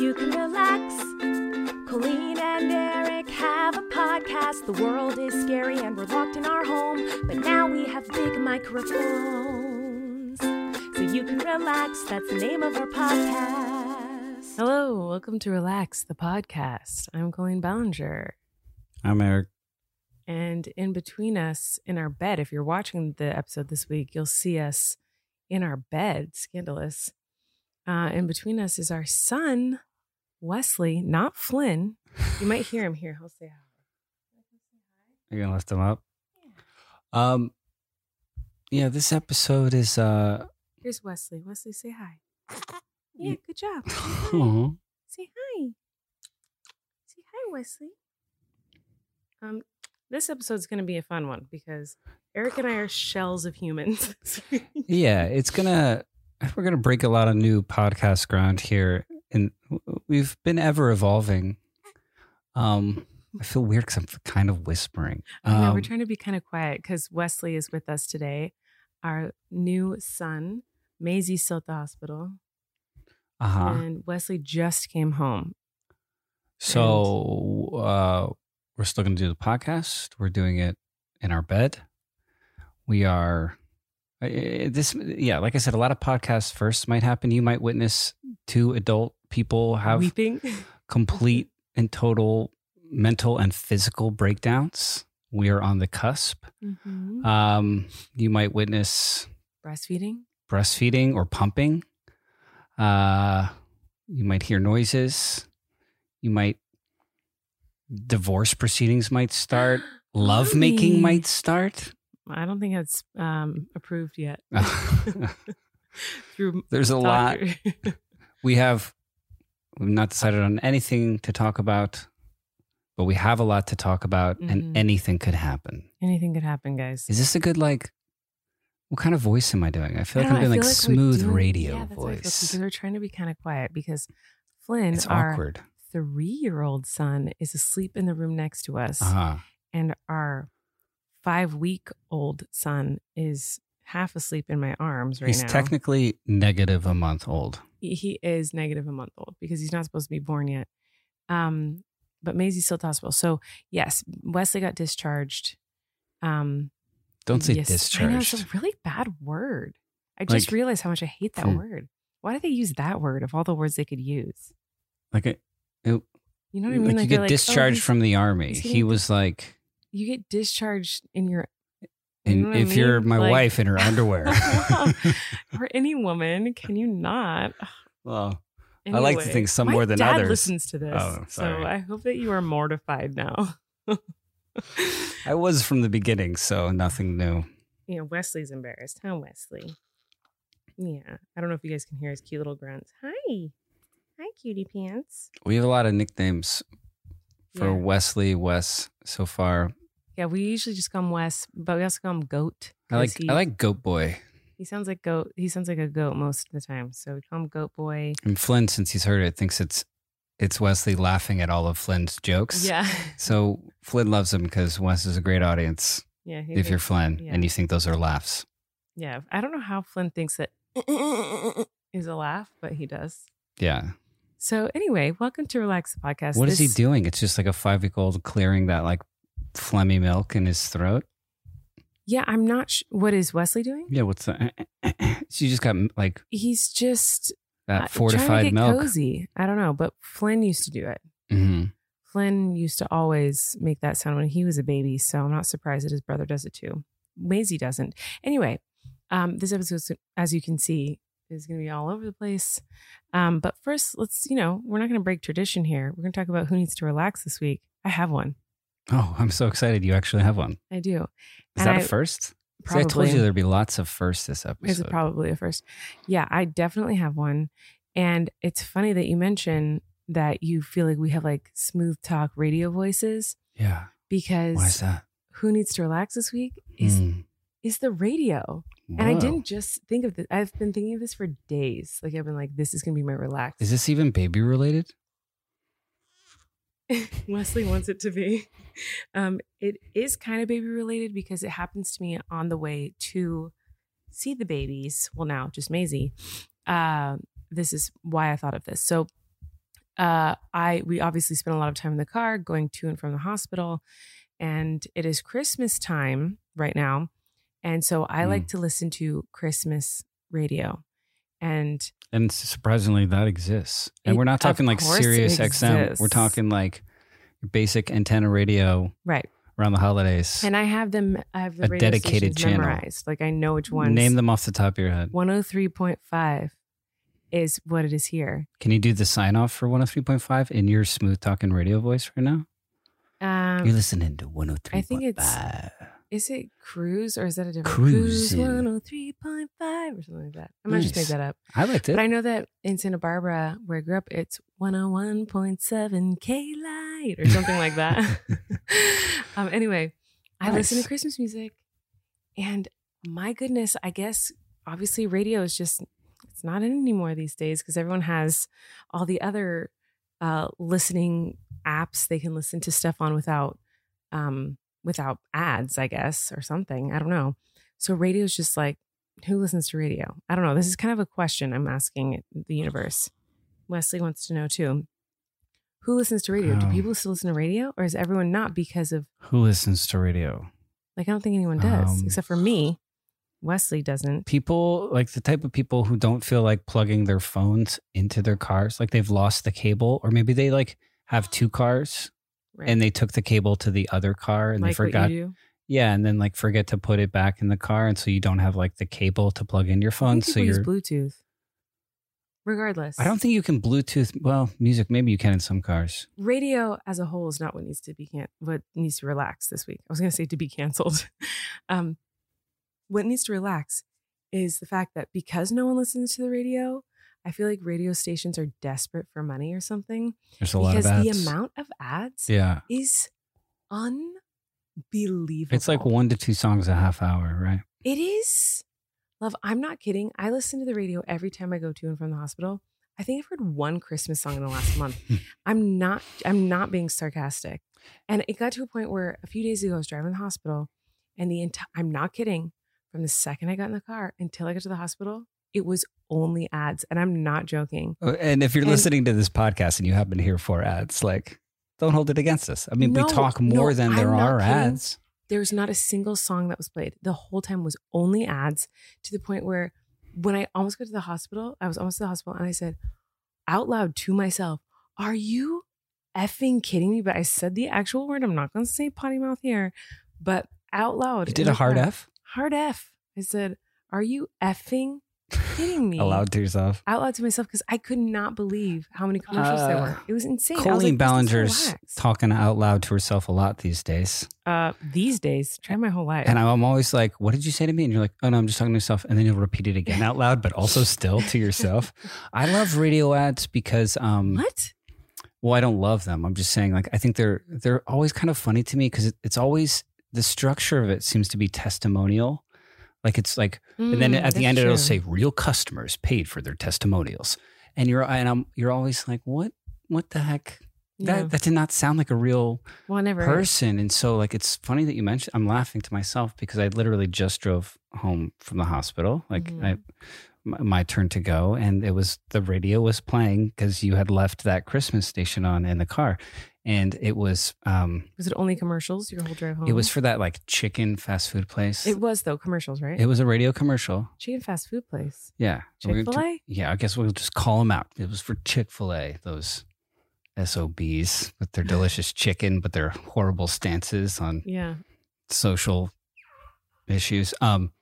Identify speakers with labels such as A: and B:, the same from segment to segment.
A: You can relax. Colleen and Eric have a podcast. The world is scary and we're locked in our home, but now we have big microphones. So you can relax. That's the name of our podcast.
B: Hello, welcome to Relax the podcast. I'm Colleen Ballinger,
C: I'm Eric.
B: and in between us in our bed, if you're watching the episode this week, you'll see us in our bed, scandalous. Uh, in between us is our son, Wesley, not Flynn. You might hear him here. He'll say hi.
C: You're gonna list them up. Um, yeah, this episode is uh,
B: Here's Wesley. Wesley, say hi. Yeah, good job. Say hi.
C: aw,
B: Say hi. Say hi, Wesley. Um, this episode's going to be a fun one because Eric and I are shells of humans.
C: yeah, it's gonna we're gonna break a lot of new podcast ground here, and w- we've been ever evolving. Um, I feel weird because I'm kind of whispering.
B: I know, we're
C: Um,
B: trying to be kind of quiet because Wesley is with us today, our new son. Maisie's still at the hospital,
C: uh-huh.
B: and Wesley just came home.
C: So uh, we're still going to do the podcast. We're doing it in our bed. We are I- I- this, yeah. Like I said, a lot of podcasts first might happen. You might witness two adult people have
B: weeping.
C: complete and total mental and physical breakdowns. We are on the cusp.
B: Mhm.
C: Um, you might witness
B: Breastfeeding.
C: breastfeeding or pumping. Uh, you might hear noises. You might divorce proceedings might start. Love making
B: Mommy.
C: might start.
B: I don't think that's um, approved yet. Through
C: There's a lot.
B: doctor-
C: We have we've not decided on anything to talk about, but we have a lot to talk about,
B: Mhm.
C: and anything could happen.
B: Anything could happen, guys.
C: Is this a good like? What kind of voice am I doing? I feel
B: I don't
C: like I'm
B: know, I
C: doing like
B: feel we're
C: smooth
B: doing-
C: radio
B: yeah, that's what I feel,
C: voice.
B: Because we're trying to be kind of quiet because Flynn,
C: It's
B: our
C: awkward.
B: three-year-old son, is asleep in the room next to us,
C: Uh-huh.
B: and our five-week-old son is half asleep in my arms right
C: He's
B: now.
C: technically negative a month old.
B: he, he is negative a month old because he's not supposed to be born yet. Um, but Maisie's still at the hospital. So yes, Wesley got discharged. Um,
C: Don't say
B: yes- I know, it's
C: discharged.
B: a really bad word. I just
C: Like-
B: realized how much I hate that
C: Hmm.
B: word. Why do they use that word of all the words they could use?
C: like it, it-
B: You know what I mean?
C: like you
B: they're
C: get
B: oh,
C: discharged
B: he's-
C: from the army.
B: he's
C: He
B: getting-
C: was like,
B: You get discharged in your. you know
C: and
B: what I
C: if you're
B: mean?
C: my
B: Like-
C: wife in her underwear.
B: or any woman, can you not?
C: well, I like to
B: Anyway,
C: think some
B: my
C: more than
B: dad
C: others.
B: listens to this,
C: Oh, sorry.
B: so I hope that you are mortified now.
C: I was from the beginning, so nothing new.
B: you know, Wesley's embarrassed. Huh, Wesley? Yeah. I don't know if you guys can hear his cute little grunts. Hi. Hi, cutie pants.
C: We have a lot of nicknames for
B: Yeah.
C: Wesley, Wes so far.
B: Yeah, we usually just call him Wes, but we also call him Goat.
C: I like
B: 'cause He,
C: I like Goat Boy
B: He sounds like goat. He sounds like a goat most of the time. So we call him Goat Boy.
C: and Flynn. Since he's heard it, thinks it's it's Wesley laughing at all of Flynn's jokes.
B: Yeah.
C: So Flynn loves him because Wes is a great audience.
B: Yeah. he
C: if you're
B: thinks-
C: Flynn
B: yeah.
C: and you think those are laughs.
B: Yeah. I don't know how Flynn thinks that is a laugh, but he does.
C: Yeah.
B: So anyway, welcome to Relax the Podcast.
C: What is he
B: This-
C: doing? It's just like a five week old clearing that like phlegmy milk in his throat.
B: Yeah, I'm not. Sh- what is Wesley doing?
C: Yeah. What's that? she just got like
B: He's just
C: that
B: uh, trying to
C: fortified
B: get
C: milk.
B: Cozy. I don't know, but Flynn used to do it.
C: hmm
B: Flynn used to always make that sound when he was a baby, so I'm not surprised that his brother does it too. Maisie doesn't. Anyway, um, this episode, as you can see, is going to be all over the place. Um, but first, let's you know we're not going to break tradition here. We're going to talk about who needs to relax this week. I have one.
C: Oh, I'm so excited. You actually have one.
B: I do. And
C: Is that a
B: I-
C: first? See,
B: Probably
C: I told you there'd be lots of firsts this
B: It's
C: episode.
B: probably a first. Yeah, I definitely have one. And it's funny that you mention that you feel like we have like smooth talk radio voices
C: Yeah. Why is
B: because
C: that?
B: who needs to relax this week is
C: Mm.
B: is the radio. And I
C: Whoa.
B: didn't just think of this. I've been thinking of this for days. Like I've been like, this is gonna be my relax.
C: Is this even baby related?
B: Wesley wants it to be. Um, it is kind of baby related because it happens to me on the way to see the babies. Well, now just Maisie. Uh, this is why I thought of this. So, uh, I we obviously spent a lot of time in the car going to and from the hospital, and it is Christmas time right now, and so I
C: Mm.
B: like to listen to Christmas radio, and
C: And surprisingly, that exists. And
B: It-
C: we're not
B: of
C: talking like
B: course it
C: serious XM. We're
B: exists.
C: talking like your basic antenna radio
B: right.
C: around the holidays.
B: And I have them. I have the
C: A
B: radio
C: dedicated
B: stations
C: channel.
B: memorized. Like I know which ones.
C: Name them off the top of your head.
B: 103.5 is what it is here.
C: Can you do the sign off for 103.5 in your smooth talking radio voice right now? You're
B: Um,
C: listening to 103.5.
B: I think it's- is it cruise or is that a different cruise?
C: Cruising.
B: 103.5 or something like that. I might just make
C: Nice.
B: that up.
C: I liked it.
B: But I know that in Santa Barbara, where I grew up, it's 101.7 K Light or something like that. um, anyway, I listen
C: Nice.
B: to Christmas music. And my goodness, I guess obviously radio is just, it's not in anymore these days because everyone has all the other uh, listening apps they can listen to stuff on without um, without ads, I guess, or something. I don't know. So radio is just like, who listens to radio? I don't know. This is kind of a question I'm asking the universe. Wesley wants to know too. Who listens to radio? Do
C: Um,
B: people still listen to radio or is everyone not because of,
C: Who listens to radio?
B: like, I don't think anyone does
C: Um,
B: except for me. Wesley doesn't.
C: People like the type of people who don't feel like plugging their phones into their cars, like they've lost the cable, or maybe they like have two cars
B: Right.
C: and they took the cable to the other car and they
B: like
C: forgot
B: what you do.
C: Yeah, and then like forget to put it back in the car, and so you don't have like the cable to plug in your
B: I
C: phone.
B: think
C: So
B: people use
C: you're.
B: Bluetooth. Regardless,
C: I don't think you can Bluetooth. Well, music maybe you can in some cars.
B: radio as a whole is not what needs to be can- what needs to relax this week. I was going to say to be canceled. um, what needs to relax is the fact that because no one listens to the radio, I feel like radio stations are desperate for money or something
C: There's a lot
B: because
C: of ads.
B: the amount of ads
C: yeah,
B: is unbelievable.
C: it's like one to two songs a half hour, right?
B: It is. Love, I'm not kidding. I listen to the radio every time I go to and from the hospital. I think I've heard one Christmas song in the last month. I'm not I'm not being sarcastic. And it got to a point where a few days ago I was driving to the hospital and the entire I'm not kidding. From the second I got in the car until I got to the hospital, it was only ads. And I'm not joking.
C: Uh, And if you're
B: And-
C: listening to this podcast and you happen to hear four ads, like don't hold it against us. I mean,
B: No,
C: we talk more
B: no,
C: than there
B: I'm not
C: are
B: kidding.
C: ads.
B: there was not a single song that was played. The whole time was only ads to the point where when I almost got to the hospital, I was almost to the hospital and I said out loud to myself, Are you effing kidding me? But I said the actual word. I'm not going to say potty mouth here, but out loud.
C: You
B: in
C: did
B: the
C: a hard
B: car,
C: F
B: Hard F. I said, Are you effing kidding me?
C: aloud to yourself.
B: Out loud to myself because I could not believe how many commercials there were.
C: Uh,
B: It was insane. I was
C: Colleen
B: like, "This is
C: Ballinger's
B: relaxed."
C: talking out loud to herself a lot these days.
B: uh, these days. Try my whole life.
C: And I'm always like, what did you say to me? And you're like, oh no, I'm just talking to myself. And then you'll repeat it again out loud, but also still to yourself. I love radio ads because, um,
B: what?
C: well, I don't love them. I'm just saying, like, I think they're they're always kind of funny to me because it, it's always the structure of it seems to be testimonial. Like it's like, and then
B: Mm,
C: at the
B: that's
C: end it'll
B: true.
C: say, real customers paid for their testimonials. And you're and I'm you're always like, what what the heck?
B: Yeah.
C: That that did not sound like a real
B: Well, I never.
C: person. And so, like, it's funny that you mentioned. I'm laughing to myself because I literally just drove home from the hospital. Like,
B: Mhm.
C: I, my, my turn to go, and it was the radio was playing because you had left that Christmas station on in the car, and it was um,
B: was it only commercials your whole drive home?
C: it was for that like chicken fast food place.
B: Oh. It
C: It,
B: was though commercials, right?
C: was a radio commercial.
B: Chicken fast food place.
C: Yeah, We're gonna-
B: Chick-fil-A?
C: Yeah, I guess we'll just call them out. It was for Chick Fil A. Those. SOBs with their delicious chicken, but their horrible stances on
B: Yeah.
C: social issues. Um,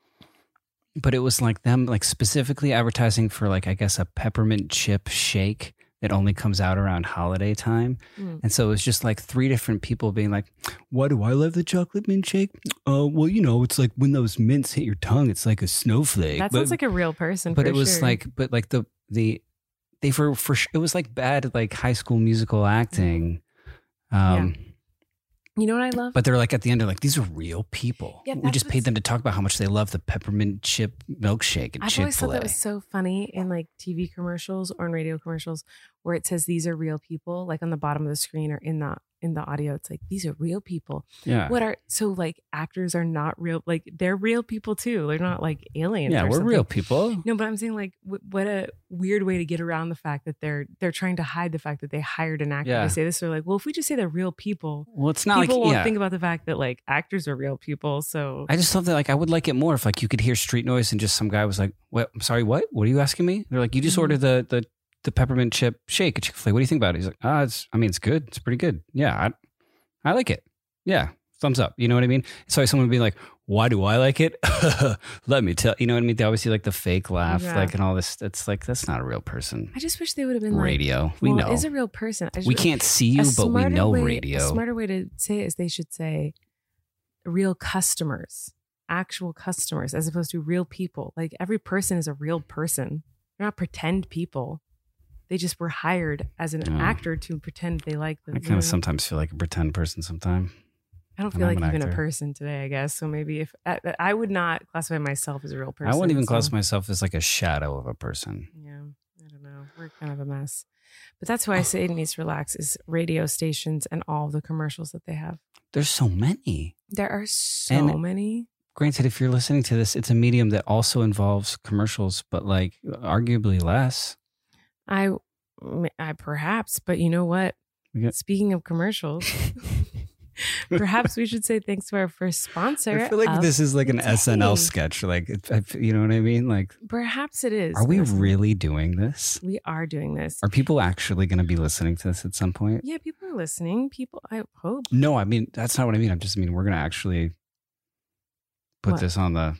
C: but it was like them, like specifically advertising for like I guess a peppermint chip shake that only comes out around holiday time.
B: Mm.
C: And so it was just like three different people being like, "Why do I love the chocolate mint shake? Uh, well, you know, it's like when those mints hit your tongue, it's like a snowflake."
B: That sounds like a real person.
C: but
B: for
C: it was
B: sure.
C: like, but like the the they for for sh- it was like bad like high school musical acting. Um,
B: You know what I love?
C: But they're like at the end, they're like, these are real people.
B: Yeah,
C: we
B: that's
C: just paid
B: what's-
C: them to talk about how much they love the peppermint chip milkshake at
B: I've
C: Chick
B: always thought
C: Fil A.
B: that was so funny in like TV commercials or in radio commercials where it says these are real people, like on the bottom of the screen or in the in the audio. It's like these are real people.
C: yeah,
B: What are so like actors are not real? Like they're real people too. They're not like aliens.
C: yeah,
B: or
C: we're
B: something.
C: real people.
B: No, but I'm saying like w- what a weird way to get around the fact that they're they're trying to hide the fact that they hired an actor
C: Yeah.
B: to say this. They're like, well, if we just say they're real people,
C: Well, it's not
B: people
C: like
B: won't
C: yeah.
B: think about the fact that like actors are real people. So
C: I just love that. Like, I would like it more if like you could hear street noise and just some guy was like, "What? I'm sorry, what? What are you asking me?" They're like, "You just
B: Mhm.
C: ordered the the the peppermint chip shake at Chick Fil A. What do you think about it?" He's like, "Ah, it's. I mean, it's good. It's pretty good. Yeah, I, I like it. Yeah, thumbs up. You know what I mean?" So someone would be like, "Why do I like it? Let me tell. You know what I mean?" They always do like the fake laugh,
B: Yeah.
C: like and all this. It's like that's not a real person.
B: I just wish they would have been like,
C: Radio, we
B: well, it
C: know.
B: is a real person. I just
C: We can't see you,
B: a
C: but we
B: smarter
C: know
B: way-
C: radio.
B: A smarter way to say it is they should say real customers, actual customers, as opposed to real people. Like every person is a real person. They're not pretend people. They just were hired as an
C: Yeah.
B: actor to pretend they like the.
C: I
B: you
C: kind
B: know,
C: of sometimes feel like a pretend person. Sometimes
B: I don't
C: I'm
B: feel like
C: an
B: even a
C: actor.
B: person today. I guess so. Maybe if I, I would not classify myself as a real person,
C: I wouldn't even
B: so-
C: classify myself as like a shadow of a person.
B: Yeah, I don't know. We're kind of a mess. But that's why I say it needs to relax is radio stations and all the commercials that they have.
C: There's so many.
B: There are so
C: And-
B: many.
C: Granted, if you're listening to this, it's a medium that also involves commercials, but like arguably less.
B: I, I perhaps, but you know what?
C: We got-
B: Speaking of commercials, perhaps we should say thanks to our first sponsor.
C: I feel like
B: of-
C: this is like an
B: Dang.
C: SNL sketch. Like, it- I f- you know what I mean? Like,
B: Perhaps it is.
C: are we
B: Listen,
C: really doing this?
B: We are doing this.
C: Are people actually going to be listening to this at some point?
B: yeah, people are listening. People, I hope.
C: No, I mean that's not what I mean. I'm just I mean we're going to actually put
B: What?
C: this on the.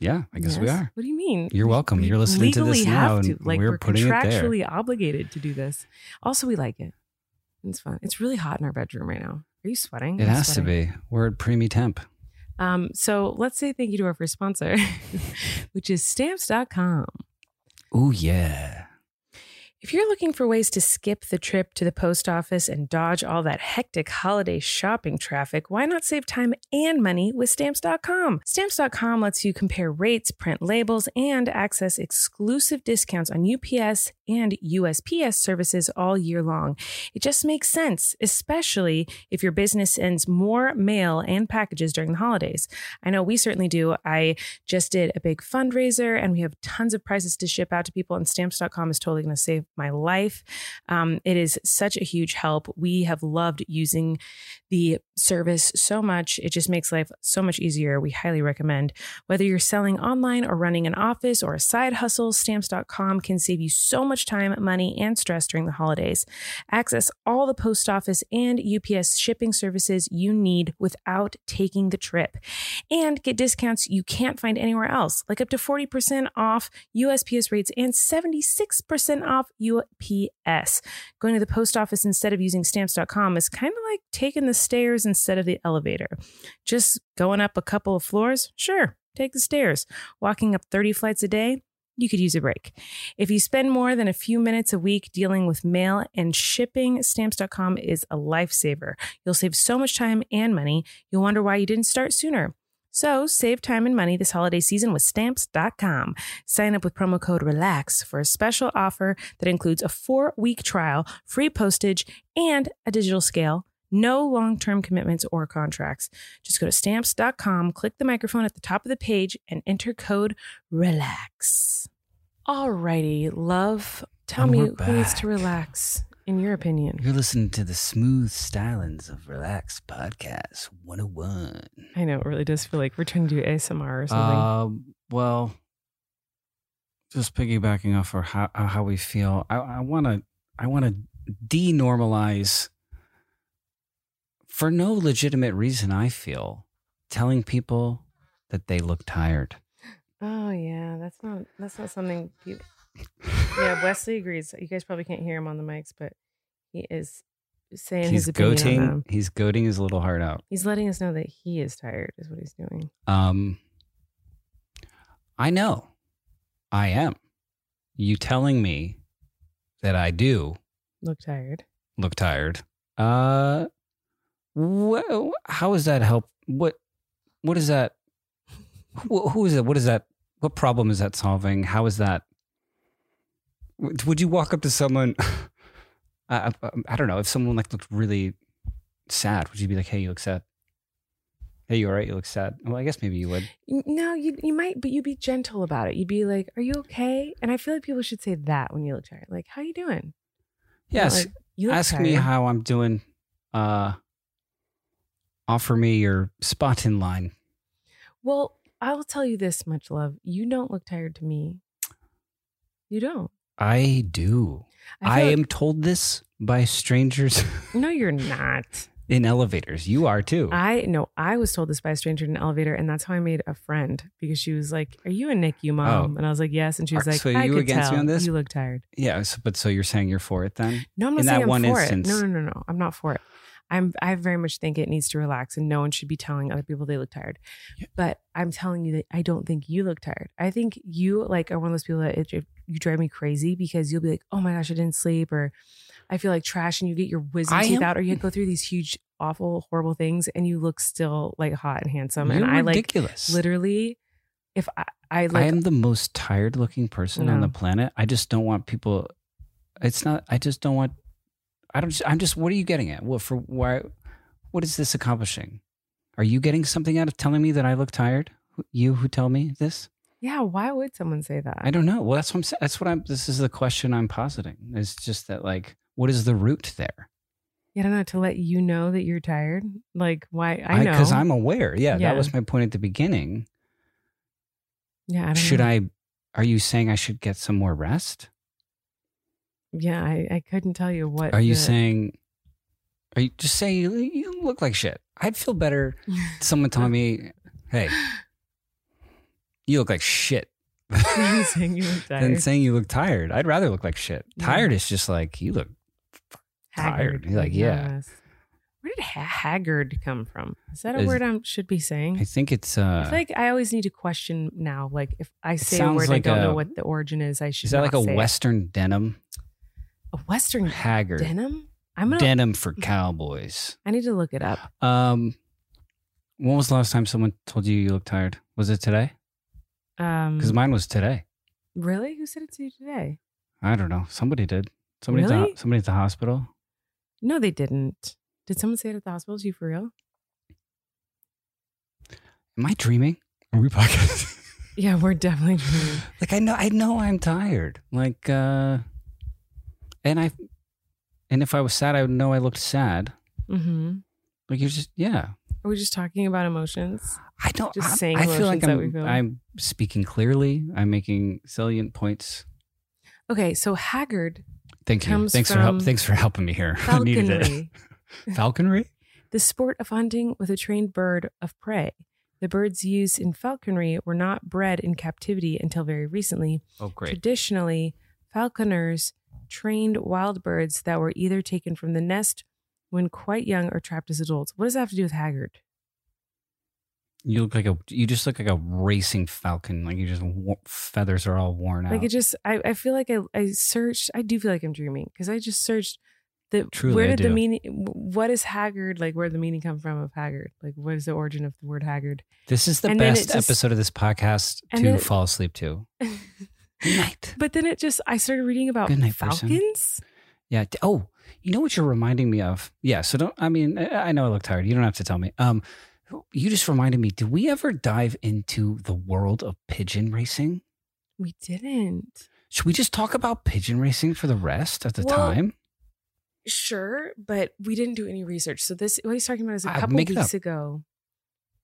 C: Yeah, I guess we
B: Yes.
C: are.
B: What do you mean?
C: You're welcome.
B: We
C: You're listening to
B: legally
C: this now,
B: have
C: and
B: to. Like,
C: we're
B: we're,
C: putting it there.
B: contractually obligated to do this. Also, we like it. It's fun. It's really hot in our bedroom right now. Are you sweating?
C: It
B: I'm
C: has
B: sweating.
C: to be. We're at preemie temp.
B: Um, so let's say thank you to our first sponsor, which is stamps.com.
C: Oh yeah.
B: If you're looking for ways to skip the trip to the post office and dodge all that hectic holiday shopping traffic, why not save time and money with stamps.com? Stamps.com lets you compare rates, print labels, and access exclusive discounts on UPS and USPS services all year long. It just makes sense, especially if your business sends more mail and packages during the holidays. I know we certainly do. I just did a big fundraiser and we have tons of prizes to ship out to people, and stamps.com is totally going to save my life. Um, it is such a huge help. We have loved using the service so much. It just makes life so much easier. We highly recommend. Whether you're selling online or running an office or a side hustle, stamps.com can save you so much time, money, and stress during the holidays. Access all the post office and UPS shipping services you need without taking the trip and get discounts you can't find anywhere else, like up to 40% off USPS rates and 76% off UPS. Going to the post office instead of using stamps.com is kind of like taking the stairs instead of the elevator. Just going up a couple of floors? Sure, take the stairs. Walking up 30 flights a day? You could use a break. If you spend more than a few minutes a week dealing with mail and shipping, stamps.com is a lifesaver. You'll save so much time and money. You'll wonder why you didn't start sooner. So save time and money this holiday season with stamps.com. Sign up with promo code RELAX for a special offer that includes a four week trial, free postage, and a digital scale. No long term commitments or contracts. Just go to stamps.com, click the microphone at the top of the page, and enter code RELAX. Alrighty, love. Tell
C: And
B: me
C: we're
B: who needs
C: back.
B: to relax, in your opinion.
C: You're listening to the smooth stylings of Relax Podcast 101.
B: I know it really does feel like we're trying to do ASMR or something.
C: Uh, well, just piggybacking off our how, uh, how we feel, I want to I want to denormalize for no legitimate reason. I feel telling people that they look tired.
B: Oh yeah, that's not that's not something. You, yeah, Wesley agrees. You guys probably can't hear him on the mics, but he is saying
C: he's
B: his opinion. on
C: goating.
B: them.
C: He's goating his little heart out.
B: He's letting us know that he is tired. Is what he's doing.
C: Um, I know I am. You telling me that I do
B: Look tired.
C: look tired. Uh, wh- how does that help? What what is that? Who, who is it? What is that? What problem is that solving? How is that? Would would you walk up to someone? I, I, I don't know. If someone like looked really sad, would you be like, "Hey, you look sad. Hey, you all right? You look sad." Well, I guess maybe you would.
B: N- No, you you might, but you'd be gentle about it. You'd be like, "Are you okay?" And I feel like people should say that when you look tired. Like, "How you doing?" Not
C: Yes.
B: like, you look
C: ask me
B: tired."
C: how I'm doing. Uh, offer me your spot in line.
B: Well, I will tell you this much, love. You don't look tired to me. You don't.
C: I do. I,
B: feel
C: am told this by strangers
B: like- no, you're not.
C: in elevators. You are too.
B: I no, I was told this by a stranger in an elevator, and that's how I made a friend because she was like, "Are you a Nick? You mom?"
C: Oh.
B: And I was like, "Yes." And she was
C: Are-
B: like,
C: so
B: "I
C: you
B: could
C: against me
B: tell
C: on this?
B: You look tired."
C: yeah, so, but so you're saying you're for it then?
B: No, I'm not
C: In that
B: saying I'm
C: one
B: for
C: instance.
B: it. No, no, no, no. I'm not for it. I'm I very much think it needs to relax and no one should be telling other people they look tired. But I'm telling you that I don't think you look tired. I think you like are one of those people that it, it- you drive me crazy because you'll be like, "Oh my gosh, I didn't sleep," or "I feel like trash," and you get your wisdom
C: I
B: teeth
C: am-
B: out, or you go through these huge, awful, horrible things, and you look still like hot and handsome.
C: you're
B: Um, and I like
C: ridiculous.
B: literally, if I, I
C: I
B: like,
C: am the most tired looking person on
B: No.
C: the planet. I just don't want people. It's not. I just don't want. I don't. I'm just. What are you getting at? What for? Why? What is this accomplishing? Are you getting something out of telling me that I look tired? Who- You who tell me this?
B: yeah, why would someone say that?
C: I don't know. Well, that's what I'm saying. That's what I'm. This is the question I'm positing. It's just that, like, what is the root there?
B: Yeah, I don't know to let you know that you're tired. Like why? I know
C: because I'm aware. Yeah,
B: Yeah.
C: that was my point at the beginning.
B: Yeah, I don't
C: should
B: know.
C: I? Are you saying I should get some more rest?
B: Yeah, I, I couldn't tell you what.
C: Are you
B: the-
C: saying? Are you just saying you, you look like shit? I'd feel better. Someone telling me, "Hey, you look like shit,"
B: Are you saying you look
C: than
B: tired?
C: saying you look tired. I'd rather look like shit.
B: Yeah.
C: Tired is just like you look. tired? You're like, yeah.
B: nervous. Where did ha- haggard come from? Is that a
C: Is-
B: word I should be saying?
C: I think it's. uh
B: I feel like I always need to question now. Like if I say a
C: sounds
B: word,
C: like
B: I don't
C: a-
B: know what the origin is. I should.
C: Is that like
B: not
C: a
B: say it.
C: Western denim?
B: a Western
C: Haggard.
B: denim? I'm gonna.
C: denim for cowboys.
B: I need to look it up.
C: Um, when was the last time someone told you you look tired? Was it today?
B: Um,
C: Because mine was today.
B: really? Who said it to you today?
C: I don't know. Somebody did. Somebody. At the,
B: Really?
C: ho- somebody at the hospital.
B: No, they didn't. Did someone say it at the hospital? Is you for real?
C: Am I dreaming? Are we podcasting?
B: Yeah, we're definitely. dreaming.
C: like I know. I know I'm tired. Like, uh and I, and if I was sad, I would know I looked sad.
B: Mm-hmm.
C: Like you're just yeah.
B: Are we just talking about emotions?
C: I don't.
B: Just
C: I,
B: saying
C: I feel
B: emotions
C: like
B: that
C: I'm.
B: we feel.
C: I'm speaking clearly. I'm making salient points.
B: Okay, so haggard
C: Thank you.
B: Comes
C: Thanks for help.
B: from
C: Thanks for helping me here. I needed it.
B: falconry,
C: Falconry?
B: the sport of hunting with a trained bird of prey. The birds used in falconry were not bred in captivity until very recently.
C: Oh, great.
B: Traditionally, falconers trained wild birds that were either taken from the nest when quite young or trapped as adults. What does that have to do with haggard?
C: You look like a. You just look like a racing falcon. Like you just wo- feathers are all worn out.
B: Like it just, I, I feel like I, I searched. I do feel like I'm dreaming because I just searched the
C: Truly,
B: where
C: I
B: did the
C: do.
B: meaning? What is haggard? Like where did the meaning come from of haggard? Like what is the origin of the word haggard?
C: this is the
B: and then it
C: best
B: just-
C: episode of this podcast
B: and
C: to
B: then it-
C: fall asleep to. Night.
B: but then it just, I started reading about
C: Good night, person.
B: falcons.
C: Yeah. d- Oh, you know what you're reminding me of? Yeah. So don't. I mean, I I know I look tired. You don't have to tell me. Um, you just reminded me. Did we ever dive into the world of pigeon racing?
B: We didn't.
C: Should we just talk about pigeon racing for the rest of the
B: Well,
C: time?
B: Sure, but we didn't do any research. So this, what he's talking about is a
C: I-
B: couple
C: make it
B: weeks
C: up.
B: ago.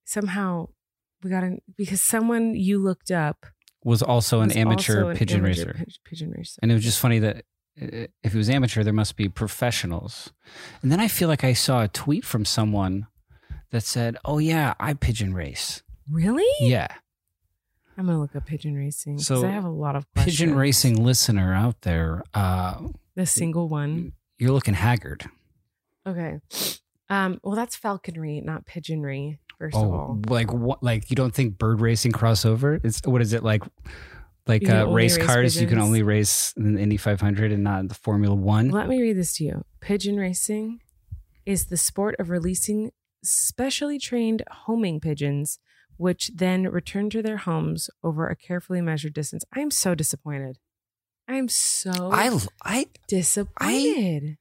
B: Somehow we got in because someone you looked up
C: Was also an
B: was
C: amateur
B: also an
C: pigeon
B: amateur
C: racer.
B: pi- Pigeon racer.
C: And it was just funny that uh, if it was amateur, there must be professionals. And then I feel like I saw a tweet from someone that said, "Oh yeah, I pigeon race."
B: really?
C: Yeah,
B: I'm gonna look up pigeon racing because
C: So,
B: I have a lot of questions.
C: pigeon racing listener out there, uh,
B: the single one.
C: you're looking haggard. Mm.
B: Okay. Um. Well, that's falconry, not pigeonry. First of
C: Oh,
B: all,
C: like what? Like you don't think bird racing crossover? It's what is it like? Like
B: You can
C: uh,
B: only
C: race
B: race
C: cars, you can
B: pigeons.
C: only race in the Indy 500 and not the Formula One.
B: Let me read this to you. Pigeon racing is the sport of releasing specially trained homing pigeons, which then return to their homes over a carefully measured distance. I'm so disappointed. I'm so
C: I I
B: disappointed.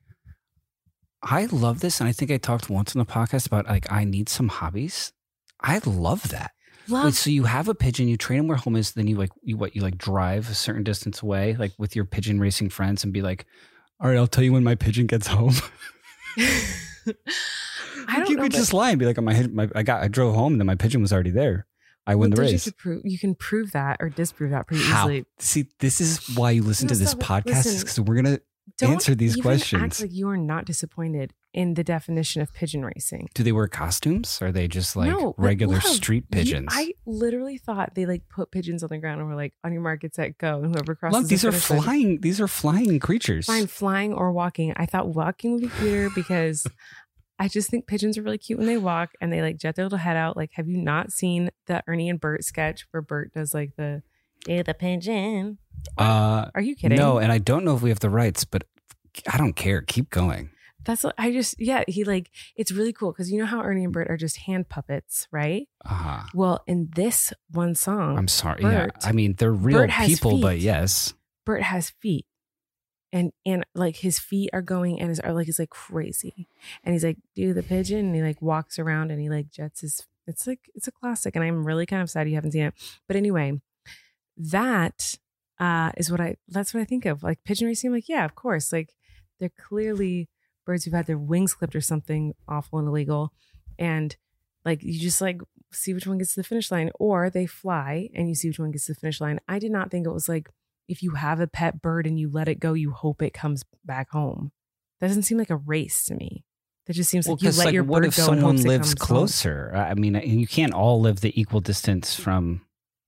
C: I love this, and I think I talked once on the podcast about like I need some hobbies. I love that.
B: Love
C: Wait, so you have a pigeon, you train him where home is, then you like you what you like drive a certain distance away, like with your pigeon racing friends, and be like, "All right, I'll tell you when my pigeon gets home."
B: I
C: Like,
B: don't
C: you
B: know,
C: could
B: but-
C: just lie and be like, "Oh, "My, head- my I got I drove home, and then my pigeon was already there. I
B: Well,
C: win the
B: don't you
C: race."
B: have to prove- you can prove that or disprove that pretty
C: How?
B: easily.
C: See, this is why you listen
B: No,
C: to this
B: stop it.
C: podcast
B: Listen.
C: because we're gonna.
B: Don't
C: Answer these
B: even
C: questions.
B: Act like you are not disappointed in the definition of pigeon racing.
C: Do they wear costumes? Or are they just like
B: No, but
C: regular
B: love,
C: street
B: You-
C: pigeons?
B: I literally thought they like put pigeons on the ground and were like, on your mark, get set, go. And whoever crosses
C: Love, these
B: the
C: are
B: finish line-
C: flying. These are flying creatures.
B: Fine, flying or walking. I thought walking would be cuter because I just think pigeons are really cute when they walk and they like jet their little head out. Like, have you not seen the Ernie and Bert sketch where Bert does like the do the pigeon?
C: Uh,
B: Are you kidding?
C: No, and I don't know if we have the rights, but I don't care. Keep going.
B: That's what I just yeah, he like it's really cool because you know how Ernie and Bert are just hand puppets, right?
C: Uh,
B: Well, in this one song,
C: I'm sorry.
B: Bert.
C: yeah, I mean they're real
B: Bert has
C: people, but
B: feet.
C: yes,
B: Bert has feet. And and like his feet are going and his are like it's like crazy. And he's like, do the pigeon and he like walks around and he like jets his it's like it's a classic. And I'm really kind of sad you haven't seen it. But anyway, that uh is what I that's what I think of. Like pigeon racing, I'm like, yeah, of course. Like they're clearly birds who've had their wings clipped or something awful and illegal. And like you just like see which one gets to the finish line, or they fly and you see which one gets to the finish line. I did not think it was like if you have a pet bird and you let it go, you hope it comes back home. That doesn't seem like a race to me. That just seems like you let your
C: what
B: bird
C: if
B: go and
C: someone
B: hopes it
C: lives
B: comes home.
C: closer? I mean, you can't all live the equal distance from.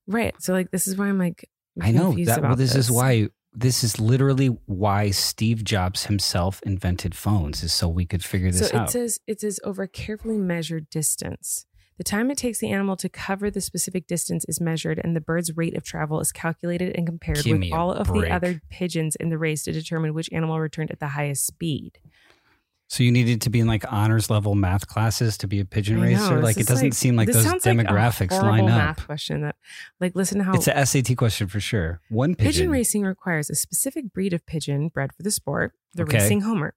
B: right? So like this is why I'm like
C: I know
B: confused
C: that. Well,
B: about
C: this, is why. This is literally why Steve Jobs himself invented phones, is so we could figure this
B: so
C: out.
B: it says it says over a carefully measured distance. The time it takes the animal to cover the specific distance is measured, and the bird's rate of travel is calculated and compared
C: Give me
B: with
C: a
B: all of
C: break.
B: the other pigeons in the race to determine which animal returned at the highest speed.
C: so you needed to be in like honors level math classes to be a pigeon
B: I know,
C: racer.
B: this
C: like it
B: is
C: doesn't seem like
B: this
C: those
B: sounds
C: demographics
B: like a
C: line
B: horrible
C: up.
B: Math question that, like, listen to how
C: It's a SAT question for sure. One
B: Oh. pigeon.
C: pigeon,
B: racing requires a specific breed of pigeon bred for the sport, the
C: Okay.
B: racing homer.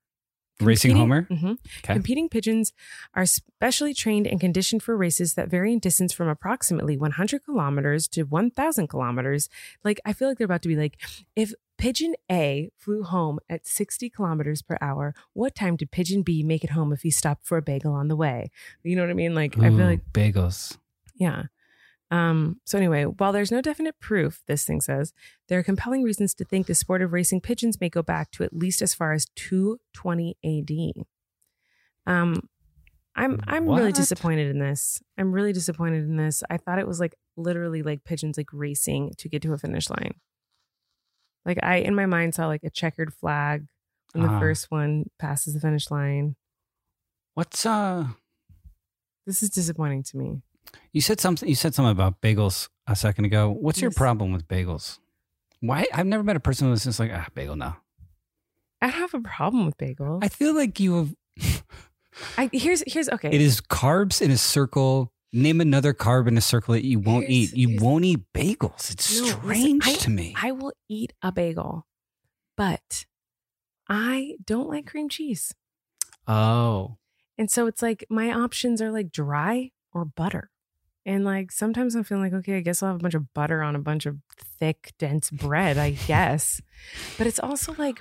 C: racing
B: Competing-
C: Homer.
B: Mhm.
C: Okay.
B: Competing pigeons are specially trained and conditioned for races that vary in distance from approximately 100 kilometers to 1,000 kilometers. Like, I feel like they're about to be like, if pigeon A flew home at 60 kilometers per hour, what time did pigeon B make it home if he stopped for a bagel on the way? You know what I mean? Like, I feel like
C: Ooh, bagels.
B: yeah. Um, so anyway, while there's no definite proof, this thing says, there are compelling reasons to think the sport of racing pigeons may go back to at least as far as 220 AD. Um, I'm I'm really
C: What?
B: disappointed in this. I'm really disappointed in this. I thought it was like literally like pigeons like racing to get to a finish line. Like I in my mind saw like a checkered flag when the
C: Ah.
B: first one passes the finish line.
C: What's uh?
B: This is disappointing to me.
C: You said something. You said something about bagels a second ago. What's your
B: Yes.
C: problem with bagels? Why I've never met a person who's just like ah bagel now.
B: I don't have a problem with bagel.
C: I feel like you have.
B: I here's here's okay.
C: It is carbs in a circle. Name another carb in a circle that you won't
B: Here's-
C: eat. You
B: here's-
C: won't eat bagels. It's
B: No, listen,
C: strange
B: I-
C: to me.
B: I will eat a bagel, but I don't like cream cheese.
C: oh,
B: And so it's like my options are like dry or butter. And like sometimes I'm feeling like, okay, I guess I'll have a bunch of butter on a bunch of thick, dense bread, I guess. But it's also like